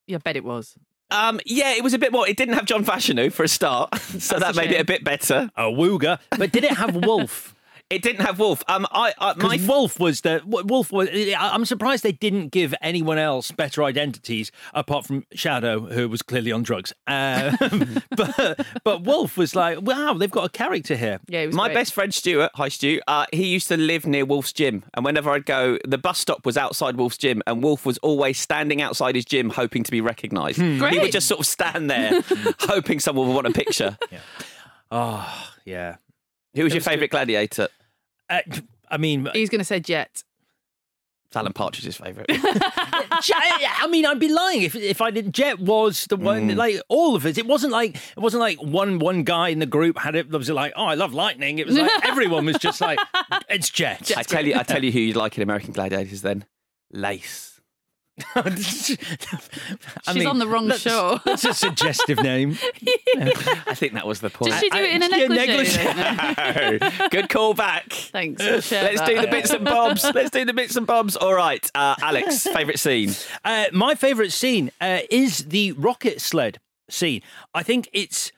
G: Yeah, I bet it was.
B: Um, yeah, it was a bit more. It didn't have John Fashanu for a start, (laughs) so that
H: a
B: made
H: shame.
B: it a bit better.
H: A wooga, but did it have Wolf?
B: it didn't have Wolf. Um, I, I
H: my Wolf was the w- Wolf was. I- I'm surprised they didn't give anyone else better identities apart from Shadow, who was clearly on drugs. Um, (laughs) but but Wolf was like, "Wow, they've got a character here."
B: my best friend Stuart, hi Stu, uh, he used to live near Wolf's Gym, and whenever I'd go, the bus stop was outside Wolf's Gym, and Wolf was always standing outside his gym, hoping to be recognised.
H: Hmm.
B: He would
H: Great.
B: just sort of stand
H: (laughs)
B: there, hoping someone would want a picture.
H: Oh
B: Ah,
H: yeah.
B: Who was your favourite gladiator?
H: Uh, I mean,
G: He's going to
H: (laughs)
G: say Jet.
B: It's Alan Partridge's favourite.
H: Jet, I mean, I'd be lying if if I didn't. Jet was the one,
B: Mm.
H: like all of us. It wasn't like it wasn't like one one guy in the group had it. Was like, oh, I love lightning. It was
G: (laughs)
H: like everyone was just like, it's Jet.
B: I tell you, I
H: (laughs)
B: tell you who you'd like in American Gladiators then. Lace.
G: She's on the wrong
H: that's-
G: show.
H: That's a suggestive
G: (laughs)
H: name.
B: I think that was the point.
G: Does she do it in a
H: yeah,
G: negligee?
B: No. Good
G: (laughs)
B: call back.
G: Thanks. for
B: Let's
G: sharing that.
B: do the bits and bobs. Let's do the bits and bobs. All right, uh,
G: (laughs)
B: Alex, favourite scene.
H: Uh, my favourite scene uh, is the rocket sled scene. I think it's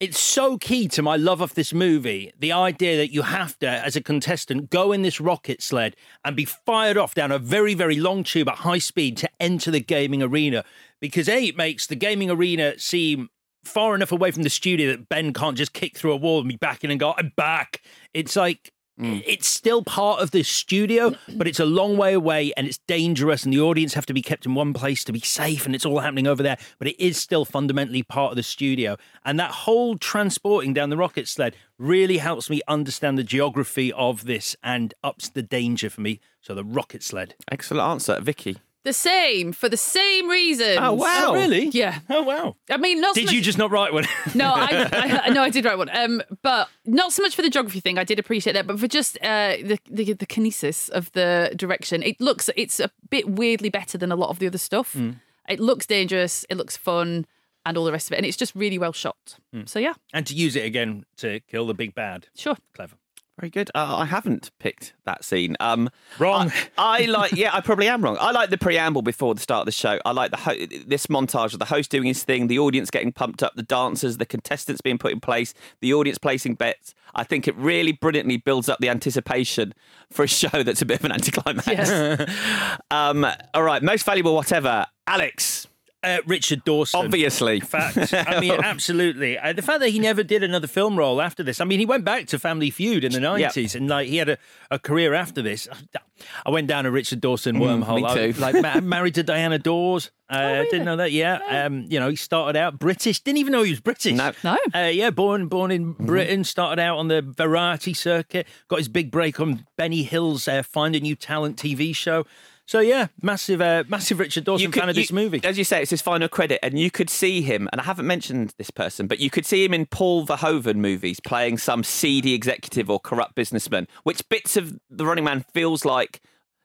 H: it's so key to my love of this movie. The idea that you have to, as a contestant, go in this rocket sled and be fired off down a very very long tube at high speed to enter the gaming arena. Because a it makes the gaming arena seem far enough away from the studio that Ben can't just kick through a wall and be back in and go, I'm back. It's like it's still part of the studio, but it's a long way away and it's dangerous and the audience have to be kept in one place to be safe and it's all happening over there. But it is still fundamentally part of the studio. And that whole transporting down the rocket sled really helps me understand the geography of this and ups the danger for me. So the rocket sled.
B: Excellent answer, Vicky.
G: The same, for the same reasons.
H: Oh, wow. Oh, really?
G: Yeah.
H: Oh, wow.
G: I mean, not so
H: Did
G: much-
H: you just not write one?
G: (laughs) No,
H: (laughs)
G: I, I no, I did write one. Um, but not so much for the geography thing. I did appreciate that, but for just uh, the, the the kinesis of the direction, it looks it's a bit weirdly better than a lot of the other stuff.
H: Mm.
G: It looks dangerous. It looks fun, and all the rest of it, and it's just really well shot.
H: Mm.
G: So yeah,
H: And to use it again to kill the big bad.
G: Sure.
H: Clever.
B: Very good. Uh, I haven't picked that scene. Um, wrong. I, I like. Yeah, I probably am wrong. I like the preamble before the start of the show. I like the ho- this montage of the host doing his thing, the audience getting pumped up, the dancers, the contestants being put in place, the audience placing bets. I think it really brilliantly builds up the anticipation for a show that's a bit of an anticlimax. (laughs) um, all right, most valuable, whatever. Alex.
H: Uh, Richard Dawson.
B: Obviously. (laughs)
H: fact. I mean, absolutely. Uh, the fact that he never did another film role after this. I mean, he went back to Family Feud in the nineties, and like he had a, a career after this. I went down a Richard Dawson
B: Mm,
H: wormhole.
B: me
H: I-
B: too. Oh,
H: like ma- married to
B: (laughs)
H: Diana Dawes. Uh, I didn't know that. Yeah. Um, you know, he started out British. Didn't even know he was British. No.
G: No.
H: Uh, yeah. Born born in
B: Mm-hmm.
H: Britain. Started out on the variety circuit. Got his big break on Benny Hill's uh, Find a New Talent TV show. So yeah, massive, uh, massive Richard Dawson fan of this movie.
B: As you say, it's his final credit, and you could see him, and I haven't mentioned this person, but you could see him in Paul Verhoeven movies playing some seedy executive or corrupt businessman, which bits of The Running Man feels like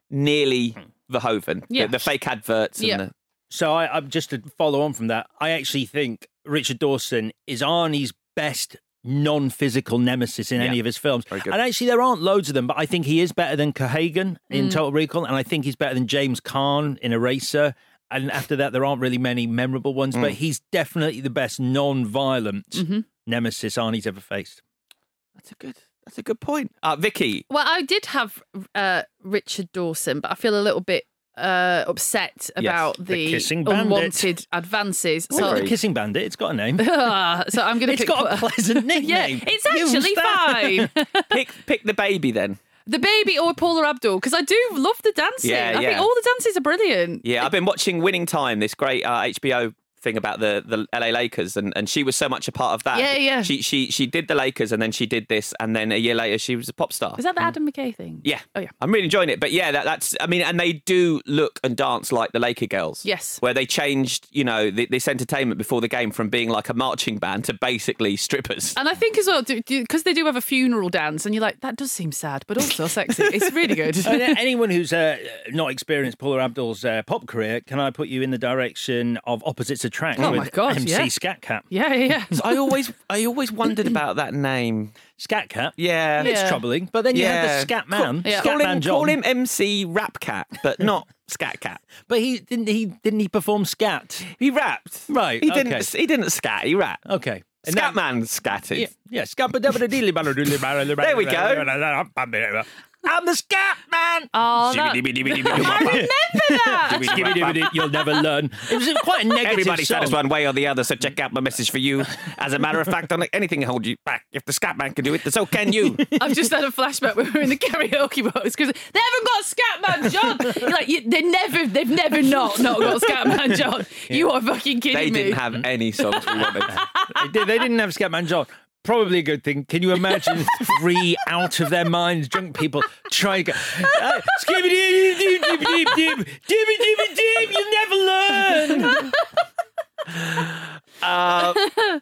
B: nearly Verhoeven. The-
H: Yeah.
B: The, fake adverts and the.
H: So I, I'm just to follow on from that. I actually think Richard Dawson is Arnie's best non-physical nemesis in any
B: Yeah.
H: of his films.
B: good.
H: And actually, there aren't loads of them, but I think he is better than Cahagan in
B: Mm.
H: Total Recall, and I think he's better than James Caan in Eraser. and after that, there aren't really many memorable ones,
B: Mm.
H: but he's definitely the best non violent
G: Mhm.
H: nemesis Arnie's ever faced.
B: That's a good. That's a good point. Uh, Vicky,
G: Well, I did have uh, Richard Dawson, but I feel a little bit uh, upset about
H: the
G: the,
H: kissing bandit.
G: unwanted advances.
H: Well, the Kissing Bandit, it's got a name.
G: (laughs) Ah, so I'm going to
H: (laughs) It's
G: pick. (laughs)
H: got a pleasant nickname.
G: yeah, it's
H: Use
G: actually
H: that.
G: fine.
H: (laughs)
B: pick pick the baby then.
G: The baby or Paula Abdul, because I do love the dancing.
B: Yeah,
G: I think
B: yeah.
G: all the dances are brilliant.
B: Yeah, I've been watching Winning Time, this great uh, HBO thing about the, the LA Lakers, and, and she was so much a part of that.
G: Yeah, yeah.
B: She she she did the Lakers, and then she did this, and then a year later she was a pop star.
G: Is that the
H: Mm.
G: Adam McKay thing?
B: Yeah.
G: Oh, yeah.
B: I'm really enjoying it. But yeah, that, that's, I mean, and they do look and dance like the Laker girls.
G: Yes.
B: Where they changed, you know, th this entertainment before the game from being like a marching band to basically strippers.
G: And I think as well, because they do have a funeral dance, and you're like, that does seem sad, but also sexy. It's really
H: (laughs)
G: good.
H: I mean, anyone who's uh, not experienced Paula Abdul's uh, pop career, can I put you in the direction of Opposites Attract
B: Oh
H: with
B: my God,
H: MC
B: yeah.
H: Scat Cat?
G: yeah, yeah.
H: (laughs)
B: So (laughs) I always, I always wondered about that name,
H: Scat Cat.
B: Yeah,
H: It's Yeah. troubling. But then you had the Scat Man,
B: Call,
H: Scat
B: call him,
H: Man
B: call
H: John.
B: him MC Rap Cat, (laughs) but not Scat Cat.
H: But he didn't. He didn't. He perform scat.
B: He rapped.
H: Right.
B: He
H: okay.
B: didn't. He didn't scat. He rapped.
H: Okay.
B: Scat Man scatted.
H: Yeah. Yeah. There
B: we
H: go. I'm the scat man.
G: Oh, that- I remember
H: that.
G: that.
H: You'll never learn. It was quite a negative
B: Everybody
H: song.
B: stutters one way or the other, so check out my message for you. As a matter of fact, don't let anything hold you back. If the scat man can do it, then so can you.
G: I've just had a flashback when we were in the karaoke box because they haven't got Scatman John. You're like you, they never, they've never not not got Scatman John. You are fucking kidding
B: they
G: me.
B: didn't have any songs we
H: (laughs)
B: wanted.
H: They did- they didn't have Scatman John. Probably a good thing. Can you imagine three out of their minds drunk people trying to go, uh, Skibidi dib dib dib dib, dibby dibby dib, you'll never learn.
B: Uh, uh,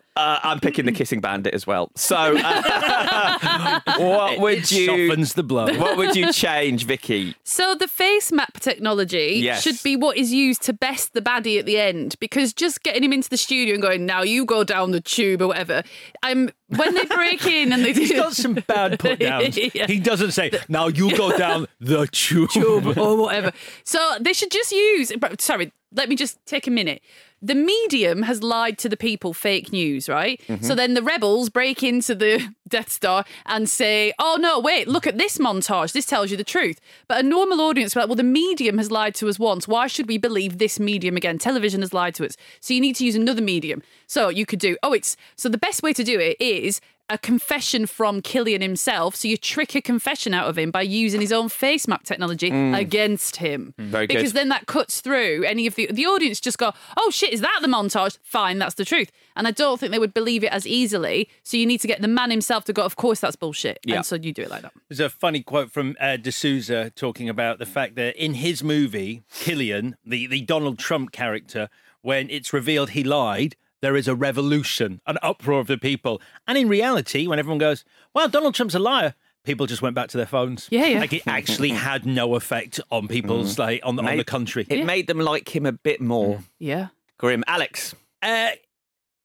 B: I'm picking the Kissing Bandit as well. So,
H: (laughs)
B: uh, what
H: It-
B: would
H: it
B: you?
H: softens the blow.
B: What would you change, Vicky?
G: So the face map technology
B: Yes.
G: should be what is used to best the baddie at the end because just getting him into the studio and going now you go down the tube or whatever. Um, when they
H: (laughs)
G: break in and they
H: He's got some bad
G: (laughs)
H: put downs.
G: Yeah.
H: He doesn't say, now you go down the tube.
G: tube or whatever. So they should just use. but Sorry, let me just take a minute. The medium has lied to the people, fake news, right?
H: Mm-hmm.
G: So then the rebels break into the (laughs) Death Star and say, "Oh no, wait, look at this montage. This tells you the truth." But a normal audience, will be like, well, the medium has lied to us once. Why should we believe this medium again? Television has lied to us, so you need to use another medium. So you could do, oh, it's so the best way to do it is a confession from Killian himself. So you trick a confession out of him by using his own face map technology against him.
B: Mm. Very good.
G: because then that cuts through any of the the audience just go, oh shit, is that the montage? Fine, that's the truth. And I don't think they would believe it as easily. So you need to get the man himself to go, of course that's bullshit.
H: Yeah.
G: And so you do it like that.
H: There's a funny quote from uh, D'Souza talking about the fact that in his movie, Killian, the, the Donald Trump character, when it's revealed he lied, there is a revolution, an uproar of the people. And in reality, when everyone goes, well, Donald Trump's a liar, people just went back to their phones.
G: Yeah, yeah.
H: Like it
B: (laughs)
H: actually had no effect on people's, like, on, on the country.
B: Mm. It made them like him a bit more.
H: Mm.
G: Yeah.
B: Grim Alex.
H: Uh,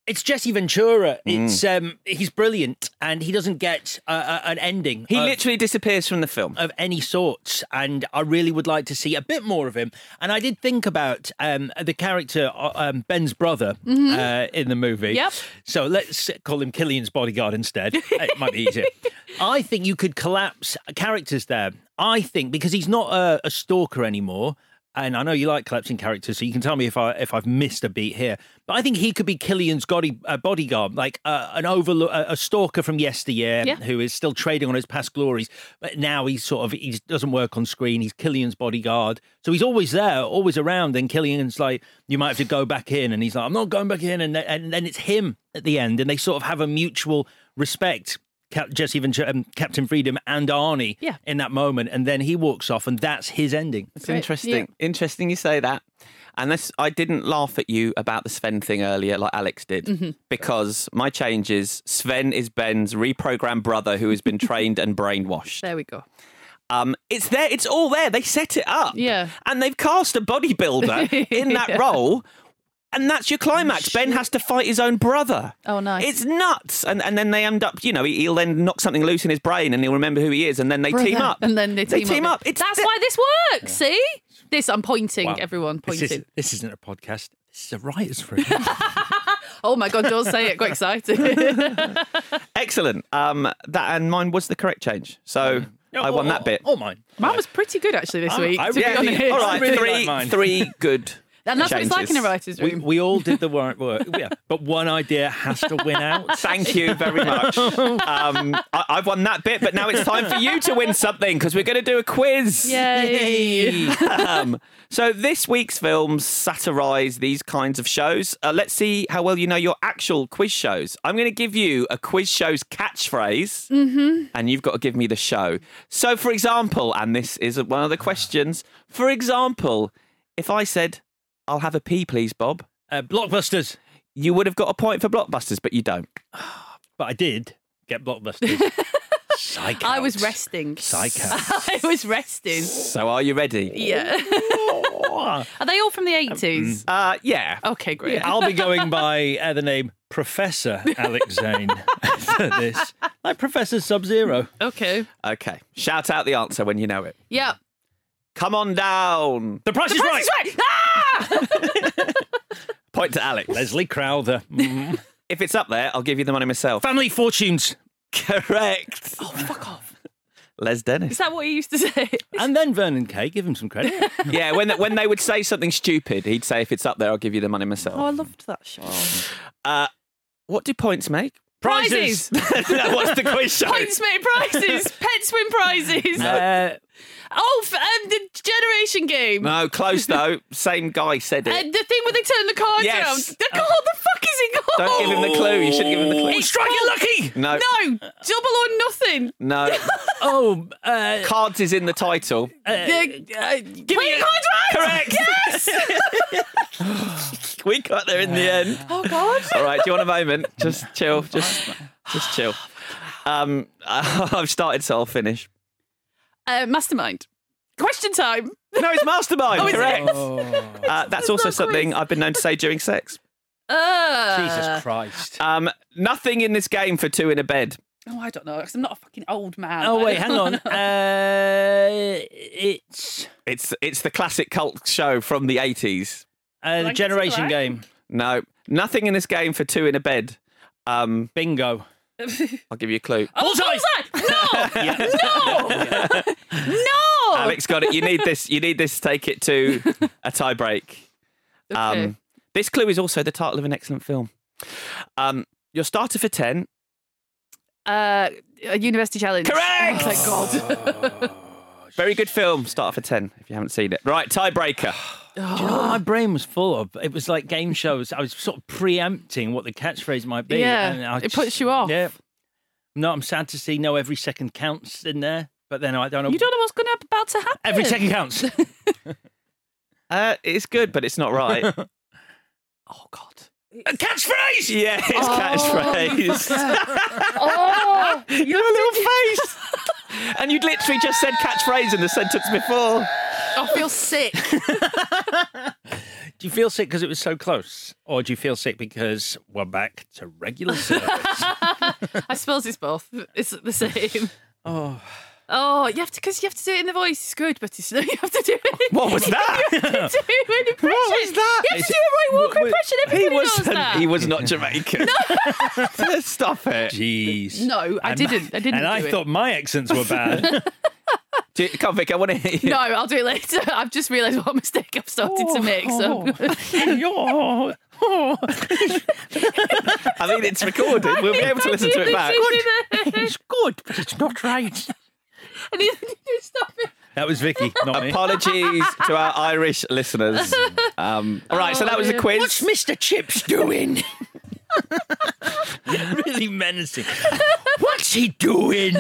H: it's Jesse Ventura.
B: Mm.
H: It's um, he's brilliant, and he doesn't get uh, an ending.
B: He
H: of-
B: literally disappears from the film.
H: of any sorts, and I really would like to see a bit more of him. And I did think about um, the character uh, um, Ben's brother uh, in the movie.
G: Yep.
H: So let's call him Killian's bodyguard instead. Uh, it might be easier. I think you could collapse characters there. I think because he's not a, a stalker anymore. And I know you like collapsing characters, so you can tell me if I if I've missed a beat here. But I think he could be Killian's godi- uh, bodyguard, like uh, an overlook, a a stalker from yesteryear
G: Yeah.
H: who is still trading on his past glories. But now he's sort of he doesn't work on screen. He's Killian's bodyguard, so he's always there, always around. And Killian's like, you might have to go back in, and he's like, I'm not going back in. And th- and then it's him at the end, and they sort of have a mutual respect. Cap- Jesse Ventura, um, Captain Freedom, and Arnie
G: Yeah.
H: in that moment, and then he walks off, and that's his ending.
B: It's
G: Great.
B: interesting. Interesting you say that. And this, I didn't laugh at you about the Sven thing earlier, like Alex did, because my change is Sven is Ben's reprogrammed brother who has been trained and brainwashed.
G: There we go.
B: Um, it's there. It's all there. They set it up.
G: Yeah. (laughs)
B: And they've cast a bodybuilder in that
G: Yeah.
B: role. And that's your climax. Ben has to fight his own brother.
G: Oh, nice.
B: It's nuts. And and then they end up, you know, he- he'll then knock something loose in his brain and he'll remember who he is and then they team
G: Brother.
B: up.
G: And then they team,
B: up. It's
G: That's why this works. See? This, I'm pointing, everyone,
H: This,
G: pointing.
H: is, this isn't a podcast. This is a writer's room.
G: (laughs) Oh my God, don't say it. Got
H: (laughs)
G: excited.
B: Excellent. Um, that and mine was the correct change. So I won that bit.
H: Oh, mine.
G: Mine was pretty good actually this
H: I-
G: week.
H: I
G: to be
H: really-
G: honest.
H: I
B: All right,
H: really
B: three,
H: like mine.
B: three good.
G: And that's what it's like
B: changes.
G: in a writer's
H: we,
G: room.
H: we all did the warrant work. Yeah, but one idea has to win
B: (laughs)
H: out.
B: Thank you very much. Um, I, I've won that bit, but now it's time for you to win something because we're going to do a quiz.
G: Yay.
B: (laughs) um, so this week's films satirise these kinds of shows. Uh, let's see how well you know your actual quiz shows. I'm going to give you a quiz show's catchphrase, and you've got to give me the show. So, for example, and this is one of the questions. For example, if I said, "I'll have a pee, please, Bob,"
H: uh, blockbusters.
B: you would have got a point for blockbusters, but you don't.
H: But I did get blockbusters.
G: (laughs)
H: Psych.
G: I was
H: out.
G: resting.
H: Psych out.
G: (laughs) I was resting.
B: So, are you ready?
G: Yeah. Are they all from the 80s?
B: Uh, yeah.
G: Okay, great.
H: Um, Yeah, I'll be going by uh, the name Professor
G: (laughs)
H: Alex Zane for this. Like Professor Sub Zero.
G: Okay.
B: Okay. Shout out the answer when you know it.
G: Yeah.
B: Come on down.
H: The price, is, right.
G: Ah!
B: Point to Alex.
H: Leslie Crowther. Mm.
B: If it's up there, I'll give you the money myself.
H: Family Fortunes.
B: Correct.
G: Oh, fuck off.
B: Les
G: Is
B: Dennis.
G: (laughs) that what he used to say?
H: And then Vernon Kay. Give him some credit.
B: yeah, when, when they would say something stupid, he'd say, if it's up there, I'll give you the money
G: (laughs) Oh, I
B: myself.
G: loved that show.
B: Uh, what do points make?
G: Prizes.
B: (laughs) No, What's the quiz show?
G: Points mate prizes.
H: (laughs)
G: Pet swim prizes.
H: Uh,
G: Oh, f- um, the generation game.
B: No, close though. Same guy said
G: Uh,
B: it.
G: the thing where they turn the cards
B: Yes.
G: around.
H: Uh,
G: The, oh, the fuck is it called?
B: Don't give him the clue. You shouldn't give him the clue.
H: oh, strike it lucky.
B: No,
G: No, double or nothing.
B: no.
H: Oh, uh,
B: Cards is in the title.
G: The, uh, give
H: me a-
G: cards right.
B: Correct.
G: Yes.
H: (laughs)
B: We got there in the end.
G: oh God.
B: All right, do you want a moment? Just chill. Just,
G: (sighs)
B: just chill. Um, (laughs) I've started, so I'll finish.
G: Uh, mastermind. Question time.
B: No, it's mastermind.
G: Oh, is it?
B: correct.
H: oh,
B: Uh, that's
G: It's
B: also
G: not
B: something
G: quiz.
B: I've been known to say during sex.
G: Uh,
H: Jesus Christ.
B: Um, nothing in this game for two in a bed.
G: Oh, I don't know. Because I'm not a fucking old man.
H: Oh,
G: I
H: wait,
G: don't (laughs)
H: hang on.
G: know.
H: Uh, it's
B: It's it's the classic cult show from the eighties.
H: a
G: Blank
H: generation
G: Blank?
H: game.
B: No, nothing in this game for two in a bed. Um,
H: Bingo.
B: I'll give you a clue.
G: Oh, bullseye! No. No. no.
B: Alex got it. You need this. You need this. to Take it to a tie break.
G: (laughs) Okay.
B: Um, this clue is also the title of an excellent film. Um, your starter for ten.
G: uh, a university challenge.
B: Correct!
G: Oh, thank God.
B: Very good film. Starter for ten. If you haven't seen it, right? Tiebreaker.
H: Oh. Do you know what my brain was full of? It was like game shows. I was sort of preempting what the catchphrase might be.
G: Yeah,
H: and I
G: it puts you off.
H: Yeah. No, I'm sad to see no every second counts in there, but then I don't know.
G: you don't know what's going to about to happen.
H: every
G: (laughs)
H: second counts.
B: Uh, it's good, but it's not right.
G: Oh God.
B: A catchphrase! Yeah, (laughs) it's catchphrase.
G: Oh,
B: Your little face! (laughs) And you'd literally just said catchphrase in the sentence before.
G: I feel sick.
H: (laughs) do you feel sick because it was so close, or do you feel sick because we're back to
G: (laughs)
H: regular service?
G: I suppose it's both. It's the same.
H: (sighs) oh,
G: Oh, you have to because you have to do it in the voice. It's good, but it's, (laughs) you have to do
H: (laughs)
G: it.
B: What was that?
G: do an impression.
B: (laughs) What was that?
G: You have to do a right Walker
H: Wait,
G: impression. Everybody
B: He was
G: knows that.
B: he was not Jamaican. (laughs) Stop
G: (laughs)
B: it.
H: jeez.
G: No, I
H: And-
G: didn't. I didn't
H: And I
G: do it.
H: thought my accents were bad.
B: Do, come, Vic, I want to hear
G: (laughs)
B: you.
G: no, I'll do it later. I've just realised what mistake I've started to make. So
H: Oh, (laughs)
G: (laughs)
H: oh.
B: I mean, it's recorded. We'll be able to listen to it back.
H: it's good, but it's not right.
G: I need to stop it.
H: That was
B: (laughs)
H: Vicky, not me.
B: Apologies to our Irish
G: (laughs)
B: listeners. Um, all right, so
G: Oh,
B: that was the
G: dear.
B: quiz.
H: What's Mr. Chips doing?
G: (laughs)
H: really menacing. What's he doing?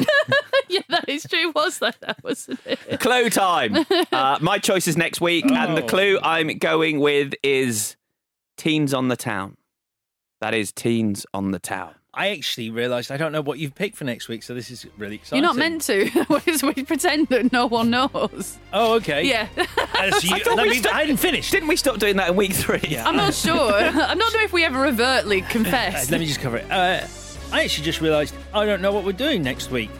G: Yeah, that is true. Was that that wasn't it?
B: Clue time. Uh, my choice is next week, and the
H: Oh.
B: clue I'm going with is Teens on the Town. That is Teens on the Town.
H: I actually realised I don't know what you've picked for next week, so this is really exciting.
G: You're not meant to. (laughs) Otherwise we pretend that no one knows.
H: Oh, okay.
G: Yeah.
H: Uh, so
G: (laughs)
H: you-
G: I thought
H: let
G: we
H: me-
G: stopped-
H: I hadn't finished.
B: Didn't we stop doing that in week three?
G: I'm not sure. (laughs) I'm not sure if we ever
H: (laughs)
G: overtly confessed.
H: Let me just cover it. Uh, I actually just realised I don't know what we're doing next week,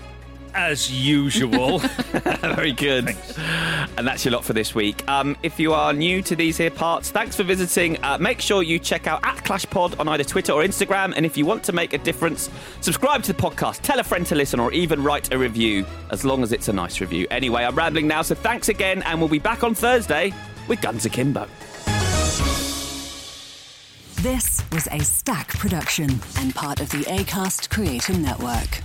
H: as
G: (laughs)
H: usual. (laughs)
B: Very good. And that's your lot for this week. Um, if you are new to these here parts, thanks for visiting. Uh, make sure you check out at Clash Pod on either Twitter or Instagram. And if you want to make a difference, subscribe to the podcast, tell a friend to listen, or even write a review, as long as it's a nice review. Anyway, I'm rambling now, so thanks again, and we'll be back on Thursday with Guns Akimbo.
K: This was a Stack production and part of the Acast Creator Network.